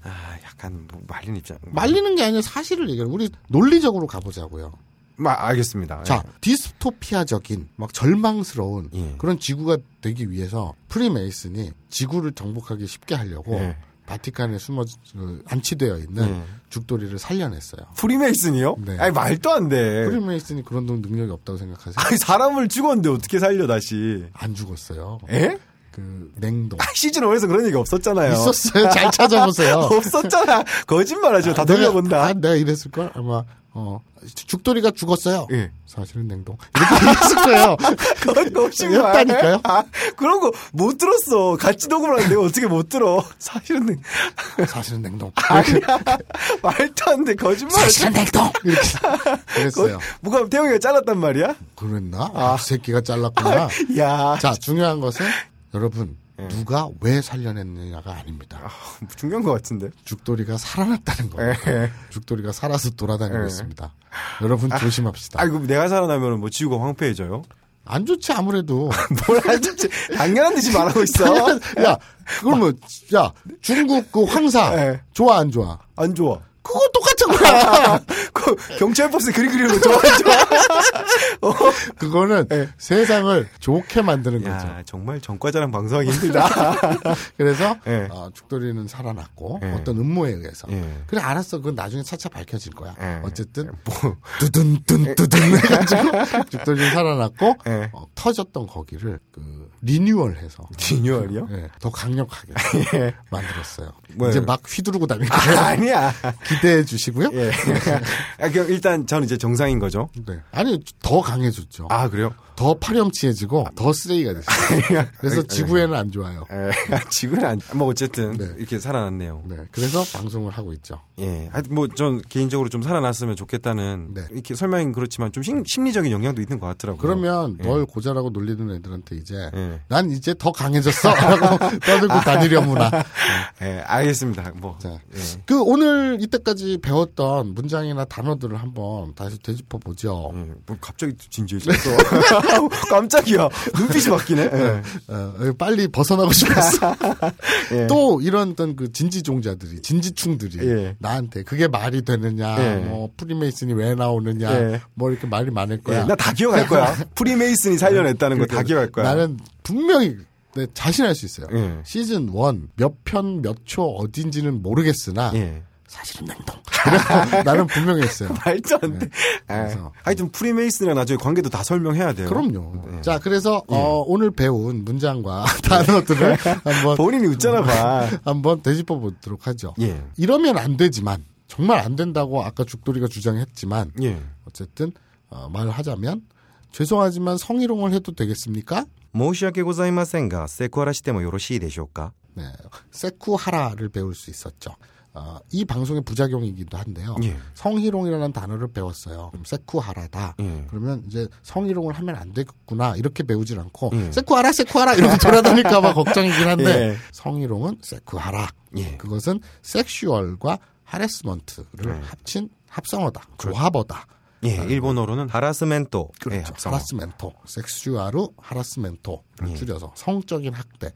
아 약간 뭐 말린 입장.
말리는 게 아니라 사실을 얘기하는 우리 논리적으로 가보자고요.
마, 알겠습니다.
자, 디스토피아적인 막 절망스러운
예.
그런 지구가 되기 위해서 프리메이슨이 지구를 정복하기 쉽게 하려고
예.
바티칸에 숨어 그, 안치되어 있는
예.
죽돌이를 살려냈어요.
프리메이슨이요?
네.
아니 말도 안 돼.
프리메이슨이 그런 동- 능력이 없다고 생각하세요?
아니 사람을 죽었는데 어떻게 살려 다시?
안 죽었어요.
예?
그 냉동
아, 시즌 5에서 그런 얘기 없었잖아요.
있었어요. 잘 찾아보세요.
없었잖아. 거짓말하죠.
내가,
다
아,
돌려본다.
내가 이랬을 걸 아마 어 죽돌이가 죽었어요.
예.
사실은 냉동 이렇게 얘기했을 거예요.
그건 거짓말.
없다니까요?
아, 그런 거 못 들었어. 같이 녹음을 하는데 내가 어떻게 못 들어. 사실은
사실은 냉동.
말도 안 돼. 거짓말.
사실은 냉동. 이렇게 그랬어요.
뭐가 태영이가 잘랐단 말이야?
그랬나? 아, 그 새끼가 잘랐구나.
야.
자, 중요한 것은 여러분
예.
누가 왜 살려냈느냐가 아닙니다.
중요한 것 같은데.
죽돌이가 살아났다는
예.
겁니다. 죽돌이가 살아서 돌아다니고
예.
있습니다. 여러분 조심합시다.
아, 이거 내가 살아나면 뭐 지구가 황폐해져요?
안 좋지 아무래도.
뭘 하지? 당연한 듯이 말하고 있어.
야, 그걸 뭐, 야 중국 그 황사
예.
좋아 안 좋아?
안 좋아.
그거 똑같은 거야.
그 경찰 버스 그리 그리는 거 좋아, 좋아. 어,
그거는 세상을 좋게 만드는 거죠.
야, 정말 전과자랑 방송하기 힘들다.
그래서
예.
어, 죽돌이는 살아났고
예.
어떤 음모에 의해서
예.
그래 알았어 그건 나중에 차차 밝혀질 거야
예.
어쨌든 뭐 두둔둔 두둔 해가지고 죽돌이는 살아났고
예.
어, 터졌던 거기를 그 리뉴얼해서
리뉴얼이요?
예, 더 강력하게 만들었어요
뭐예요?
이제 막 휘두르고 다닐 거예요
아, 니야
기대해 주시고요
예. 아, 그럼 일단 저는 이제 정상인 거죠.
네. 아니 더 강해졌죠
아, 그래요?
더 파렴치해지고 아, 더 쓰레기가 됐어요 예. 그래서 지구에는 안 좋아요
에, 지구는 안, 뭐 어쨌든
네.
이렇게 살아났네요.
네, 그래서 방송을 하고 있죠
예. 하여튼 뭐 전 개인적으로 좀 살아났으면 좋겠다는
네.
이렇게 설명은 그렇지만 좀 심, 심리적인 영향도 있는 것 같더라고요.
그러면 널 고자라고 놀리는 애들한테 이제
예.
난 이제 더 강해졌어 라고 떠들고 다니려무나
예, 알겠습니다. 뭐.
자,
예.
그 오늘 이때까지 배웠던 문장이나 단어들을 한번 다시 되짚어 보죠
예, 뭐 갑자기 진지해졌어. 깜짝이야. 눈빛이 네. 바뀌네. 예.
어, 빨리 벗어나고 싶었어
예.
또 이런 어떤 그 진지종자들이 진지충들이
예.
나한테 그게 말이 되느냐
예.
뭐 프리메이슨이 왜 나오느냐
예.
뭐 이렇게 말이 많을 거야
예, 나다 기억할 거야. 프리메이슨이 살려냈다는 거 네. 다 기억할 그러니까 거야.
나는 분명히 내 자신할 수 있어요
예.
시즌 원 몇 편 몇 초 어딘지는 모르겠으나
예.
사실은 냉동. 그래서 나는 분명히 했어요.
말도 안 돼. 예.
그래서.
하여튼 프리메이슨이랑 나중에 관계도 다 설명해야 돼요.
그럼요.
예.
자, 그래서 어, 오늘 배운 문장과 단어들을 한번
본인이 웃잖아 봐.
한번 되짚어 보도록 하죠.
예.
이러면 안 되지만 정말 안 된다고 아까 죽돌이가 주장했지만
예.
어쨌든 어, 말하자면 죄송하지만 성희롱을 해도 되겠습니까?
申し訳ございませんが、セクハラしてもよろしいでしょうか
네, 세쿠하라를 배울 수 있었죠. 어, 이 방송의 부작용이기도 한데요.
예.
성희롱이라는 단어를 배웠어요. 그럼 세쿠하라다.
예.
그러면 이제 성희롱을 하면 안 되겠구나 이렇게 배우질 않고
예.
세쿠하라 세쿠하라 이렇게 돌아다닐까봐 걱정이긴 한데
예.
성희롱은 세쿠하라.
예.
그것은 섹슈얼과 하레스먼트를
네.
합친 합성어다. 조합어다.
예, 일본어로는 하라스멘토. 예,
그렇죠.
합성어.
하라스멘토. 섹슈아루 하라스멘토.
음.
줄여서 성적인 학대.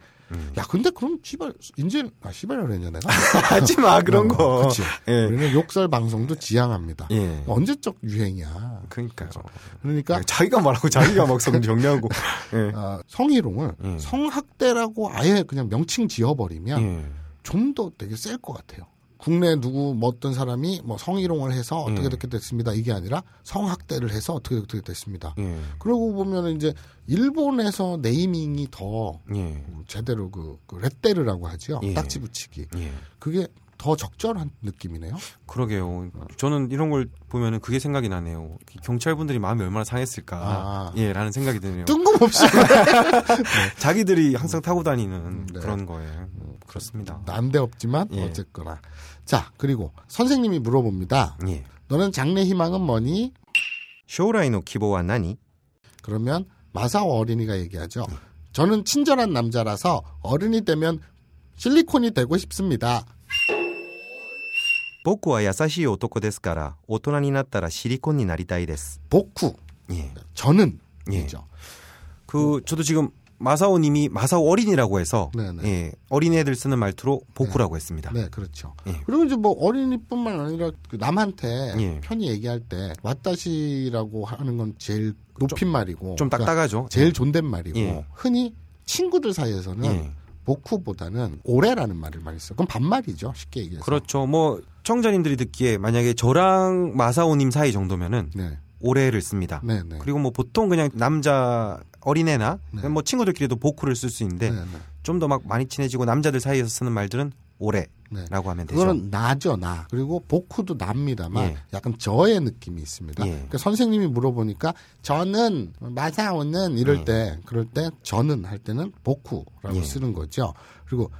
야, 근데 그럼 씨발 인제 아 씨발이라 그랬냐 내가?
하지 마 아, 음, 그런 거.
그치.
예.
우리는 욕설 방송도 지향합니다.
예.
언제적 유행이야.
그러니까요. 예,
그러니까
자기가 말하고 자기가 막 성정리하고. 예.
어, 성희롱을 성학대라고 아예 그냥 명칭 지어버리면
음. 예.
좀 더 되게 셀 것 같아요. 국내 누구 뭐 어떤 사람이 뭐 성희롱을 해서
음.
어떻게 어떻게 됐습니다 이게 아니라 성학대를 해서 어떻게 어떻게 됐습니다.
예.
그러고 보면 이제 일본에서 네이밍이 더
예.
제대로 그, 그 렛데르라고 하죠.
예.
딱지 붙이기.
예.
그게 더 적절한 느낌이네요.
그러게요. 저는 이런 걸 보면은 그게 생각이 나네요. 경찰분들이 마음이 얼마나 상했을까.
아.
예, 라는 생각이 드네요.
뜬금없이
예. 자기들이 항상 타고 다니는
네.
그런 거예요. 음, 그렇습니다.
난데없지만
예.
어쨌거나 자 그리고 선생님이 물어봅니다.
예.
너는 장래 희망은 뭐니?
将来の希望は何?
그러면 마사오 어린이가 얘기하죠.
예.
저는 친절한 남자라서 어른이 되면 실리콘이 되고 싶습니다.
僕は優しい男ですから、大人になったらシリコンになりたいです。
복후
예.
저는
예.
이죠.
그 저도 지금 마사오 님이 마사오 어린이라고 해서
네네.
예, 어린애들 쓰는 말투로 보쿠라고 했습니다.
네, 그렇죠.
예.
그리고 이제 뭐 어린이뿐만 아니라 그 남한테
예.
편히 얘기할 때 왓다시라고 하는 건 제일 높인 말이고
좀
그러니까
딱딱하죠.
제일 존댓말이고
예.
흔히 친구들 사이에서는
예.
복후보다는 오래라는 말을 많이 써. 그건 반말이죠. 쉽게 얘기해서.
그렇죠. 뭐 청자님들이 듣기에 만약에 저랑 마사오 님 사이 정도면은
네.
오래를 씁니다.
네, 네.
그리고 뭐 보통 그냥 남자 어린애나
네.
뭐 친구들끼리도 보쿠를 쓸 수 있는데
네, 네.
좀 더 막 많이 친해지고 남자들 사이에서 쓰는 말들은 오래라고
네.
하면 되죠.
그거는 나죠, 나. 그리고 복후도 납니다만
예.
약간 저의 느낌이 있습니다.
예.
그러니까 선생님이 물어보니까 저는 마사오는 이럴 때 그럴 때 저는 할 때는 복후라고
음. 예.
쓰는 거죠. 그리고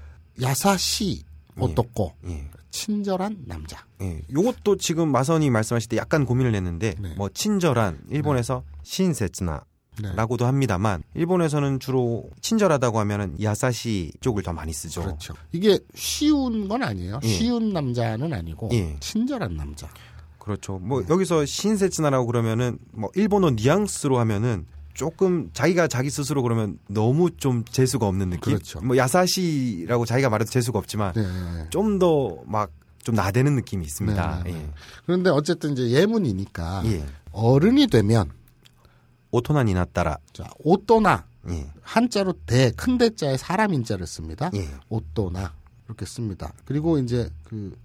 야사시 어떻고
예.
친절한 남자.
예. 요것도 지금 마선이 말씀하실 때 약간 고민을 했는데
네.
뭐 친절한 일본에서 신세츠나
네.
라고도 합니다만 일본에서는 주로 친절하다고 하면은 야사시 쪽을 더 많이 쓰죠.
그렇죠. 이게 쉬운 건 아니에요.
예.
쉬운 남자는 아니고
예.
친절한 남자.
그렇죠. 뭐 여기서 신세츠나라고 그러면은 뭐 일본어 뉘앙스로 하면은 조금 자기가 자기 스스로 그러면 너무 좀 재수가 없는 느낌.
그렇죠.
뭐 야사시라고 자기가 말해도 재수가 없지만
네, 네. 네.
좀 더 막 좀 나대는 느낌이 있습니다.
네, 네, 네. 그런데 어쨌든 이제 예문이니까
예. 예.
어른이 되면
오토난이 났다라.
자, 오또나
예.
한자로 대, 큰 대자에 사람 인자를 씁니다.
예.
오또나 이렇게 씁니다. 그리고 이제 그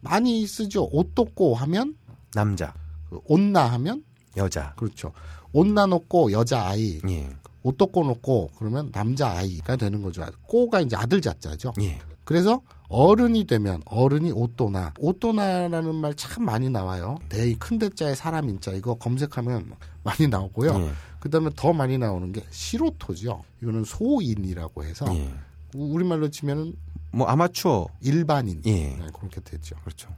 많이 쓰죠. 오또꼬 하면
남자,
그 온나 하면
여자.
그렇죠. 온나 놓고 여자 아이,
예.
오또꼬 놓고 그러면 남자 아이가 되는 거죠. 꼬가 이제 아들 자자죠.
예.
그래서 어른이 되면 어른이 오또나 오또나라는 말 참 많이 나와요. 대이 큰 대자에 사람 인자 이거 검색하면 많이 나오고요.
예.
그다음에 더 많이 나오는 게 시로토죠. 이거는 소인이라고 해서
예.
우- 우리말로 치면은
뭐 아마추어.
일반인
예.
네, 그렇게 되죠.
그렇죠.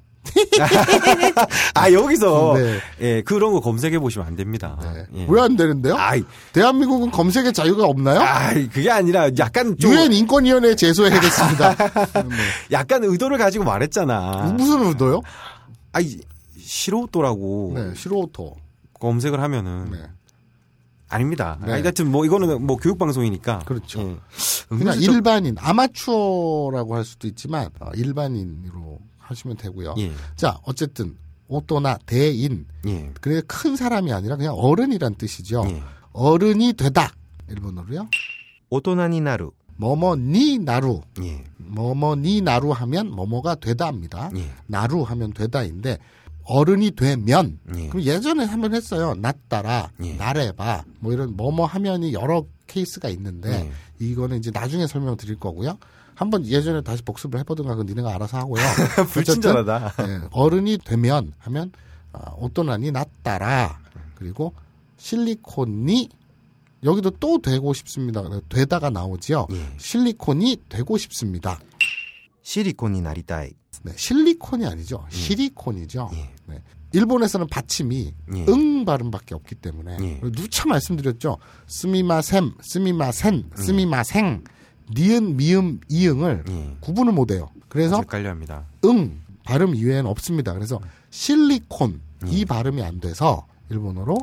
아 여기서
네.
예 그런 거 검색해 보시면 안 됩니다.
네.
예.
왜 안 되는데요? 어?
아이,
대한민국은 검색의 자유가 없나요?
아이 그게 아니라 약간 좀
유엔 인권위원회에 제소해야겠습니다.
약간 의도를 가지고 말했잖아.
무슨 의도요?
아이 실호도라고
네, 시로토.
검색을 하면은
네.
아닙니다.
네.
아니, 하여튼 뭐 이거는 뭐 교육 방송이니까
그렇죠.
예.
그냥
은근슬쩍-
일반인, 아마추어라고 할 수도 있지만 어, 일반인으로 하시면 되고요.
예.
자, 어쨌든 오토나 대인.
예.
그래 큰 사람이 아니라 그냥 어른이란 뜻이죠.
예.
어른이 되다. 일본어로요.
오토나니 나루.
뭐뭐니 나루.
예.
뭐뭐니 나루 하면 뭐뭐가 되다입니다.
예.
나루 하면 되다인데 어른이 되면
예.
그럼 예전에 한번 했어요. 낫따라,
예.
나래봐, 뭐 이런 뭐뭐 하면이 여러 케이스가 있는데
예.
이거는 이제 나중에 설명 드릴 거고요. 한번 예전에 다시 복습을 해보든가 그 니네가 알아서 하고요.
불친절하다.
어쨌든, 예, 어른이 되면 하면 아, 오또나니 낫따라 그리고 실리콘이 여기도 또 되고 싶습니다. 되다가 나오지요.
예.
실리콘이 되고 싶습니다.
시리콘이 나리다이.
네, 실리콘이 아니죠. 실리콘이죠.
예.
네. 일본에서는 받침이
예.
응 발음밖에 없기 때문에
예.
누차 말씀드렸죠. 스미마셈, 스미마센, 스미마생, 니은, 미음, 이응을
예.
구분을 못해요. 그래서
헷갈려 합니다.
응 발음 이외에는 없습니다. 그래서
예.
실리콘 이 발음이 안 돼서 일본어로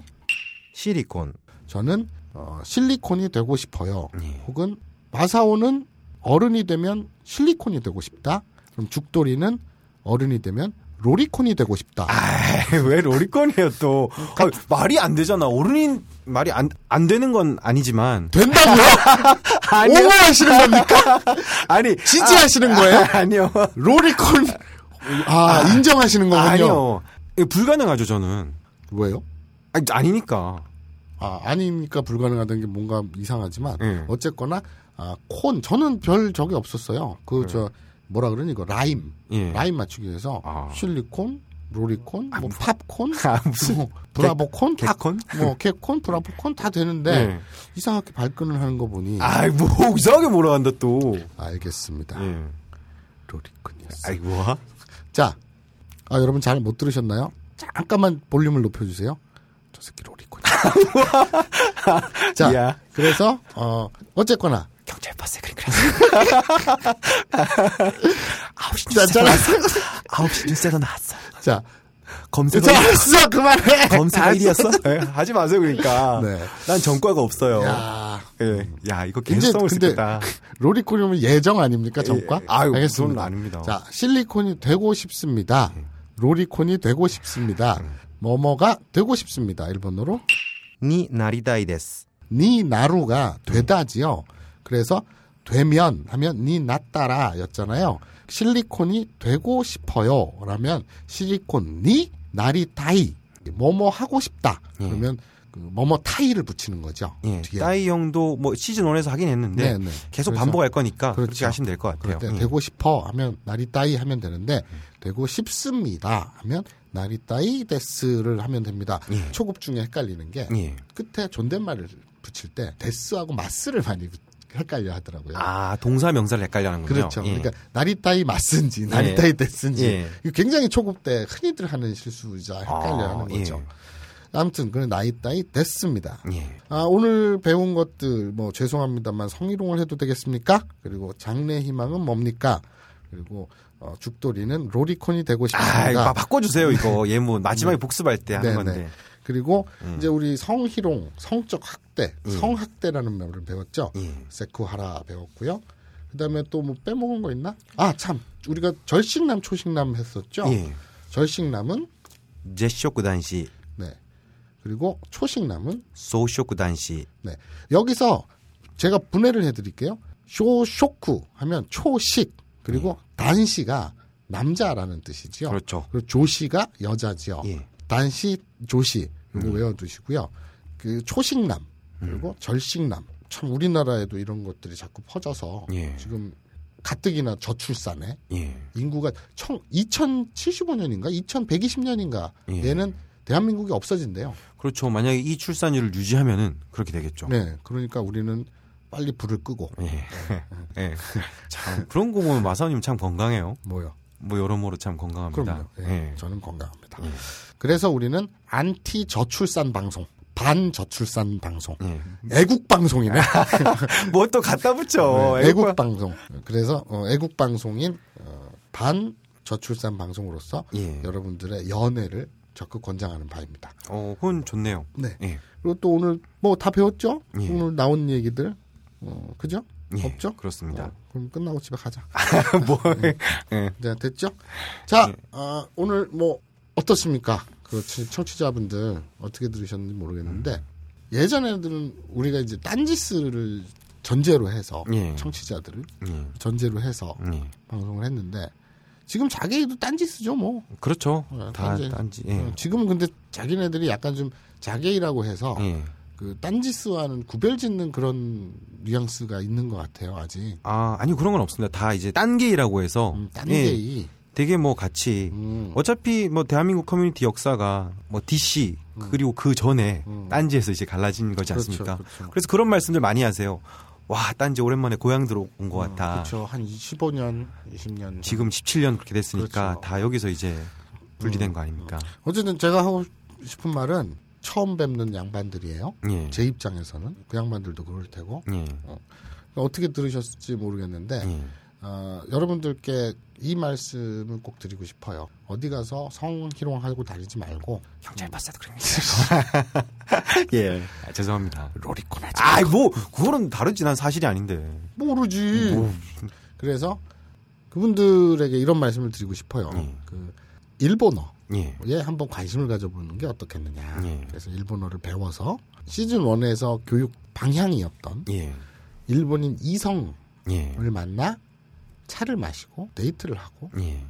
시리콘.
저는 어, 실리콘이 되고 싶어요.
예.
혹은 마사오는 어른이 되면 실리콘이 되고 싶다. 그럼 죽돌이는 어른이 되면 로리콘이 되고 싶다.
왜 로리콘이에요 또 아, 말이 안 되잖아 어른인 말이 안 안 되는 건 아니지만
된다고요? 옹호하시는 겁니까?
아니
지지하시는 거예요?
아, 아니요
로리콘 아, 인정하시는 거군요.
아니요 이거 불가능하죠 저는
왜요?
아니, 아니니까
아, 아니니까 불가능하다는 게 뭔가 이상하지만
예.
어쨌거나 아, 콘 저는 별 적이 없었어요. 그 저 뭐라 그러니 이거 라임
예.
라임 맞추기 위해서
아.
실리콘 로리콘, 뭐 팝콘,
아, 무슨
뭐 브라보콘, 다
개콘
뭐 캡콘, 브라보콘 다 되는데
예.
이상하게 발끈을 하는 거 보니
아뭐 이상하게 뭐라 한다 또
알겠습니다.
예.
로리콘이었어.
아이 뭐
자, 아, 여러분 잘 못 들으셨나요? 잠깐만 볼륨을 높여주세요. 저 새끼 로리콘. 자,
야.
그래서 어 어쨌거나
경찰 버스 그린 클래스 아홉 시
자,
뉴스에서
자,
나왔어 아홉 시 뉴스에서 나왔어
자,
검색어
자, 알았어, 그만해.
검색어 1위였어? 아, 하지 마세요 그러니까
네.
난 전과가 없어요
야,
예. 야, 이거
이제
계속 써올 수
근데
있겠다.
로리콘이면 예정 아닙니까 정과?
예, 예. 아유,
알겠습니다.
그건 아닙니다. 예.
자, 실리콘이 되고 싶습니다. 로리콘이 되고 싶습니다.
음.
뭐뭐가 되고 싶습니다. 일본어로
니 나리다이 데스.
니 나루가 되다지요. 그래서 되면 하면 니 낫따라 였잖아요. 실리콘이 되고 싶어요. 라면 실리콘 니 나리 타이. 뭐뭐 하고 싶다. 그러면 그 뭐뭐 타이를 붙이는 거죠.
예.
뒤에.
따이 형도 뭐 시즌 1에서 하긴 했는데
네, 네. 그래서
계속 반복할 거니까 그렇게
그렇죠.
하시면 될 것 같아요.
그때
예.
되고 싶어 하면 나리 따이 하면 되는데 되고 싶습니다 하면 나리 따이 데스를 하면 됩니다. 초급 중에 헷갈리는 게
예.
끝에 존댓말을 붙일 때 데스하고 마스를 많이 붙- 헷갈려 하더라고요.
아, 동사 명사를 헷갈려 하는군요.
그렇죠.
예.
그러니까 나리따이 맞은지 나리따이 됐은지
예.
이거 굉장히 초급 때 흔히들 하는 실수이자 헷갈려 하는
아,
거죠.
예.
아무튼 그런 나리따이 됐습니다.
예.
아, 오늘 배운 것들 뭐 죄송합니다만 성희롱을 해도 되겠습니까? 그리고 장래 희망은 뭡니까? 그리고 어, 죽돌이는 로리콘이 되고
아, 이거
싶습니다.
바꿔 주세요, 이거. 예, 뭐 마지막에 복습할 때 하는
네. 네네.
건데. 음.
그리고 이제 우리 성희롱, 성적 학대, 성학대라는 말을 배웠죠.
예.
세쿠하라 배웠고요. 그다음에 또 뭐 빼먹은 거 있나? 아 참, 우리가 절식남, 초식남 했었죠.
예.
절식남은
제쇼크 단시.
네 그리고 초식남은
소쇼크 단시.
네. 여기서 제가 분해를 해드릴게요. 쇼쇼쿠 하면 초식 그리고
예.
단씨가 남자라는 뜻이지요.
그렇죠.
그리고 조씨가 여자지요.
예. 음.
단씨 조씨 이거 외워두시고요. 그 초식남 그리고 절식남 참 우리나라에도 이런 것들이 자꾸 퍼져서
예.
지금 가뜩이나 저출산에
예.
인구가 청 2075년인가 2120년인가
예.
얘는 대한민국이 없어진대요.
그렇죠. 만약에 이 출산율을 유지하면은 그렇게 되겠죠.
네, 그러니까 우리는 빨리 불을 끄고
예. 예. 참 그런 거 보면 마사오님 참 건강해요.
뭐요?
뭐 여러모로 참 건강합니다. 예.
그럼요. 예, 저는 건강합니다. 그래서 우리는 안티 저출산 방송, 반 저출산 방송,
예.
애국 방송이네.
뭐 또 갖다 붙여.
네, 애국 방송. 그래서 어, 애국 방송인 어, 반 저출산 방송으로서
예.
여러분들의 연애를 적극 권장하는 바입니다.
어, 그건 좋네요.
네.
예.
그리고 또 오늘 뭐 다 배웠죠?
예.
오늘 나온 얘기들 어, 그죠?
예,
없죠?
그렇습니다.
어, 그럼 끝나고 집에 가자.
뭐, 예.
네, 됐죠? 자, 아, 오늘 뭐 어떻습니까? 그 치- 청취자분들 어떻게 들으셨는지 모르겠는데
음.
예전에는 우리가 이제 딴지스를 전제로 해서
예.
청취자들을
예.
전제로 해서
예.
방송을 했는데 지금 자기도 딴짓이죠 뭐.
그렇죠.
어,
다
딴지.
딴지. 예.
어, 지금은 근데 자기네들이 약간 좀 자개이라고 해서
예.
그 딴짓과는 구별짓는 그런 뉘앙스가 있는 것 같아요 아직.
아, 아니 그런 건 없습니다. 다 이제 딴게이라고 해서
음,
예.
딴개이.
되게 뭐 같이
음,
어차피 뭐 대한민국 커뮤니티 역사가 뭐 DC 그리고 그 전에
음.
딴지에서 이제 갈라진 거지
그렇죠,
않습니까? 그
그렇죠.
래서 그런 말씀들 많이 하세요. 와, 딴지 오랜만에 고향 들어온 것 같다.
그렇죠. 한 15년, 20년.
아. 지금 17년 그렇게 됐으니까
그렇죠. 음.
다 여기서 이제 분리된 거 아닙니까?
어쨌든 제가 하고 싶은 말은 처음 뵙는 양반들이에요.
예.
제 입장에서는 그 양반들도 그럴 테고
예.
어떻게 들으셨을지 모르겠는데
예.
어, 여러분들께 이 말씀을 꼭 드리고 싶어요. 어디 가서 성희롱하고 다니지 말고
경찰 봤어도 그런 예. 아, 죄송합니다.
로리콘 하지.
아, 뭐 그거는 다르지 난 사실이 아닌데.
모르지. 그래서 그분들에게 이런 말씀을 드리고 싶어요.
예.
그 일본어.
예.
예, 한번 관심을 가져보는 게 어떻겠느냐.
예.
그래서 일본어를 배워서 시즌 1에서 교육 방향이었던
예.
일본인 이성을
예.
만나 차를 마시고 데이트를 하고
예.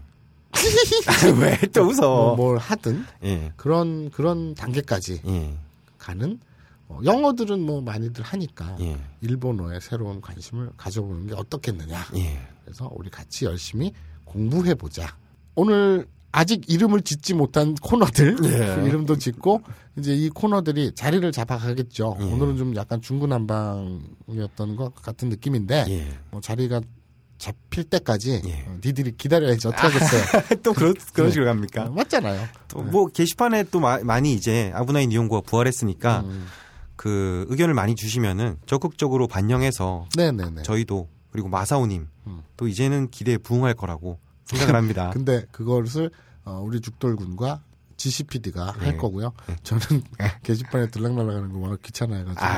왜 또
뭐
웃어?
뭘 하든
예.
그런 그런 단계까지
예.
가는 어, 영어들은 뭐 많이들 하니까
예.
일본어에 새로운 관심을 가져보는 게 어떻겠느냐.
예.
그래서 우리 같이 열심히 공부해 보자. 오늘 아직 이름을 짓지 못한 코너들 그
예.
이름도 짓고 이제 이 코너들이 자리를 잡아가겠죠.
예.
오늘은 좀 약간 중구난방이었던 것 같은 느낌인데
예.
뭐 자리가 잡힐 때까지
예.
어, 니들이 기다려야지 어떡하겠어요.
또 그런 그런
네.
식으로
어,
갑니까?
맞잖아요.
또 뭐 게시판에 또 마- 많이 이제 아브나인 이용고가 부활했으니까
음.
그 의견을 많이 주시면은 적극적으로 반영해서
네네네.
저희도 그리고 마사오님
음.
또 이제는 기대에 부응할 거라고 생각을 합니다.
근데 그것을 어, 우리 죽돌군과 GCPD가 할
예.
거고요. 저는 게시판에 들락날락하는 거 워낙 귀찮아해가지고.
네.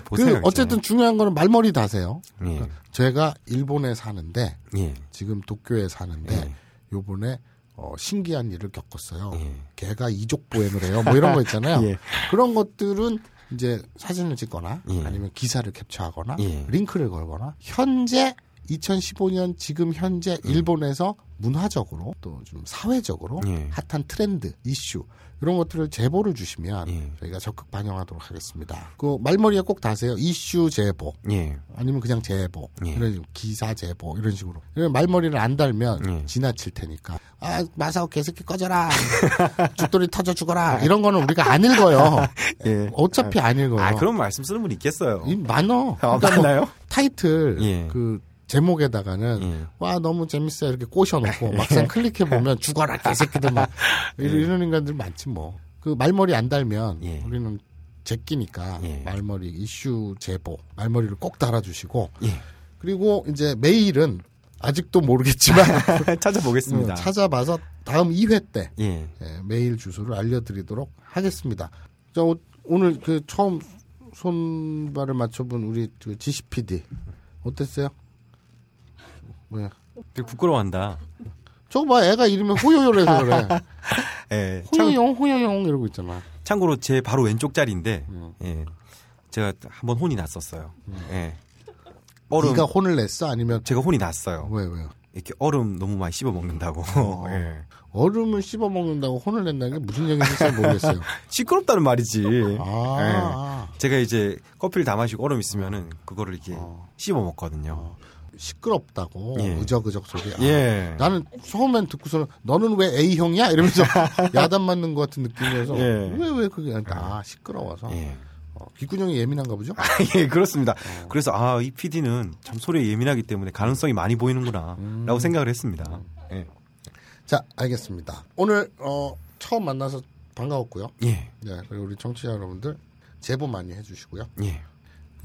아, 보세요.
그 어쨌든 중요한 거는 말머리 다세요.
예,
제가 일본에 사는데
예,
음. 지금 도쿄에 사는데
예.
요번에 어, 신기한 일을 겪었어요.
예.
걔가 이족 보행을 해요. 뭐 이런 거 있잖아요.
예.
그런 것들은 이제 사진을 찍거나
예.
아니면 기사를 캡처하거나
예.
링크를 걸거나 현재 2015년 지금 현재
음.
일본에서 문화적으로 또 좀 사회적으로
예.
핫한 트렌드 이슈 이런 것들을 제보를 주시면
예.
저희가 적극 반영하도록 하겠습니다. 그 말머리에 꼭 다세요. 이슈 제보
예,
아니면 그냥 제보
예.
이런 식으로 기사 제보 이런 식으로 이런 말머리를 안 달면
예.
지나칠 테니까 아 마사오 개새끼 꺼져라 죽돌이 터져 죽어라 이런 거는 우리가 안 읽어요
예.
어차피 안 읽어요
아 그런 말씀 쓰는 분 있겠어요.
이 많어
아,
그러니까 뭐
맞나요?
타이틀
예.
그 제목에다가는
예.
와 너무 재밌어 이렇게 꼬셔놓고 막상 클릭해 보면 죽어라 개새끼들 막 이런, 이런 인간들 많지 뭐 그 말머리 안 달면
예.
우리는 제끼니까
예.
말머리 이슈 제보 말머리를 꼭 달아주시고
예,
그리고 이제 메일은 아직도 모르겠지만
찾아보겠습니다.
음, 찾아봐서 다음 2회 때
예,
예, 메일 주소를 알려드리도록 하겠습니다. 자, 오, 오늘 그 처음 손발을 맞춰본 우리 그 GCPD 어땠어요? 왜?
되게 그 부끄러워한다.
저거 봐, 애가 이름이 호요요래서 그래.
예, 참,
호요용, 호요용 이러고 있잖아.
참고로 제 바로 왼쪽 자리인데 예. 제가 한번 혼이 났었어요. 예. 얼음
네가 혼을 냈어? 아니면
제가 혼이 났어요.
왜 왜요?
이렇게 얼음 너무 많이 씹어 먹는다고. 예.
얼음을 씹어 먹는다고 혼을 낸다는 게 무슨 얘기인지 잘 모르겠어요.
시끄럽다는 말이지. 예.
아,
제가 이제 커피를 다 마시고 얼음 있으면은 그거를 이렇게 씹어 먹거든요.
시끄럽다고
예.
의적의적 소리. 아,
예.
나는 처음엔 듣고서는 너는 왜 A 형이야 이러면서 야단 맞는 것 같은 느낌이어서 왜
예.
왜 그게 아 시끄러워서
예.
어, 귓구녕이 예민한가 보죠?
예, 그렇습니다. 그래서 아, 이 PD는 참 소리에 예민하기 때문에 가능성이 많이 보이는구나라고 생각을 했습니다. 예.
자 알겠습니다. 오늘 어, 처음 만나서 반가웠고요.
예.
네, 그리고 우리 청취자 여러분들 제보 많이 해주시고요.
예.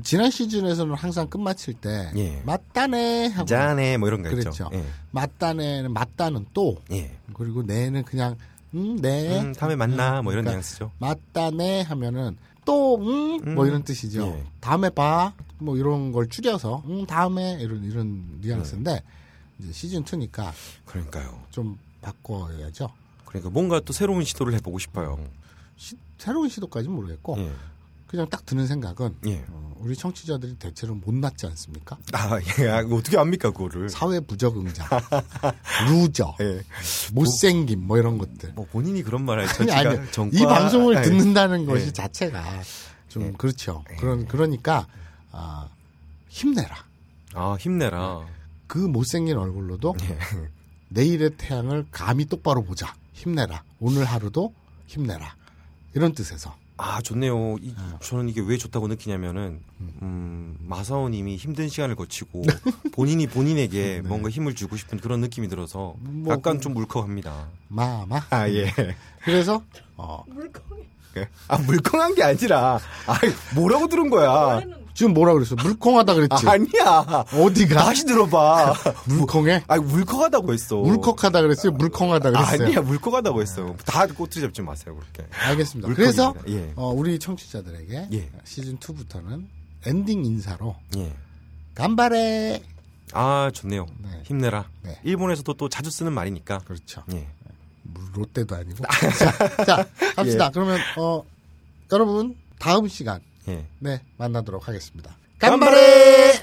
지난 시즌에서는 항상 끝마칠 때
예.
맞다네 하고
짠해 뭐 이런 거
그렇죠.
있죠. 예.
맞다네는 맞다는 또
예.
그리고 네는 그냥 음 네.
음, 다음에 만나 뭐 이런
그러니까
뉘앙스죠.
맞다네 하면은 또 음 뭐
음.
이런 뜻이죠.
예.
다음에 봐 뭐 이런 걸 줄여서 음 다음에 이런 이런 뉘앙스인데
네.
이제 시즌 2니까
그러니까요.
좀 바꿔야죠.
그러니까 뭔가 또 새로운 시도를 해보고 싶어요.
시- 새로운 시도까지는 모르겠고
예.
그냥 딱 드는 생각은
예.
어, 우리 청취자들이 대체로 못났지 않습니까?
아, 예. 아, 어떻게 압니까 그거를?
사회 부적응자, 루저,
예.
못생김 뭐 이런 것들.
뭐 본인이 그런 말을 했죠.
아니
제가
아니
정과-
이 방송을
아, 예.
듣는다는 것이
예.
자체가 좀
예.
그렇죠.
예.
그런 그러니까 아, 힘내라.
아 힘내라.
그 못생긴 얼굴로도
예.
내일의 태양을 감히 똑바로 보자. 힘내라. 오늘 하루도 힘내라. 이런 뜻에서.
아 좋네요. 이- 저는 이게 왜 좋다고 느끼냐면은 음, 마사오님이 힘든 시간을 거치고 본인이 본인에게 뭔가 힘을 주고 싶은 그런 느낌이 들어서
네. 뭐,
약간 좀 물컥합니다.
마마.
아 예.
그래서 어,
아 물컹한 게 아니라 아 뭐라고 들은 거야?
지금 뭐라 그랬어? 물컹하다 그랬지.
아니야.
어디가
다시 들어봐.
물컹해?
아 물컥하다고 했어.
울컥하다 그랬어요. 물컹하다 그랬어요.
아니야 물컥하다고 했어. 다 꼬투리 잡지 마세요 그렇게.
알겠습니다.
물컹입니다.
그래서
예.
어, 우리 청취자들에게
예.
시즌 2부터는 엔딩 인사로
예.
간발에
아 좋네요.
네.
힘내라.
네.
일본에서도 또 자주 쓰는 말이니까.
그렇죠.
예.
뭐, 롯데도 아니고. 자, 자, 갑시다. 그러면 어, 여러분 다음 시간
예.
네 만나도록 하겠습니다.
깜바레!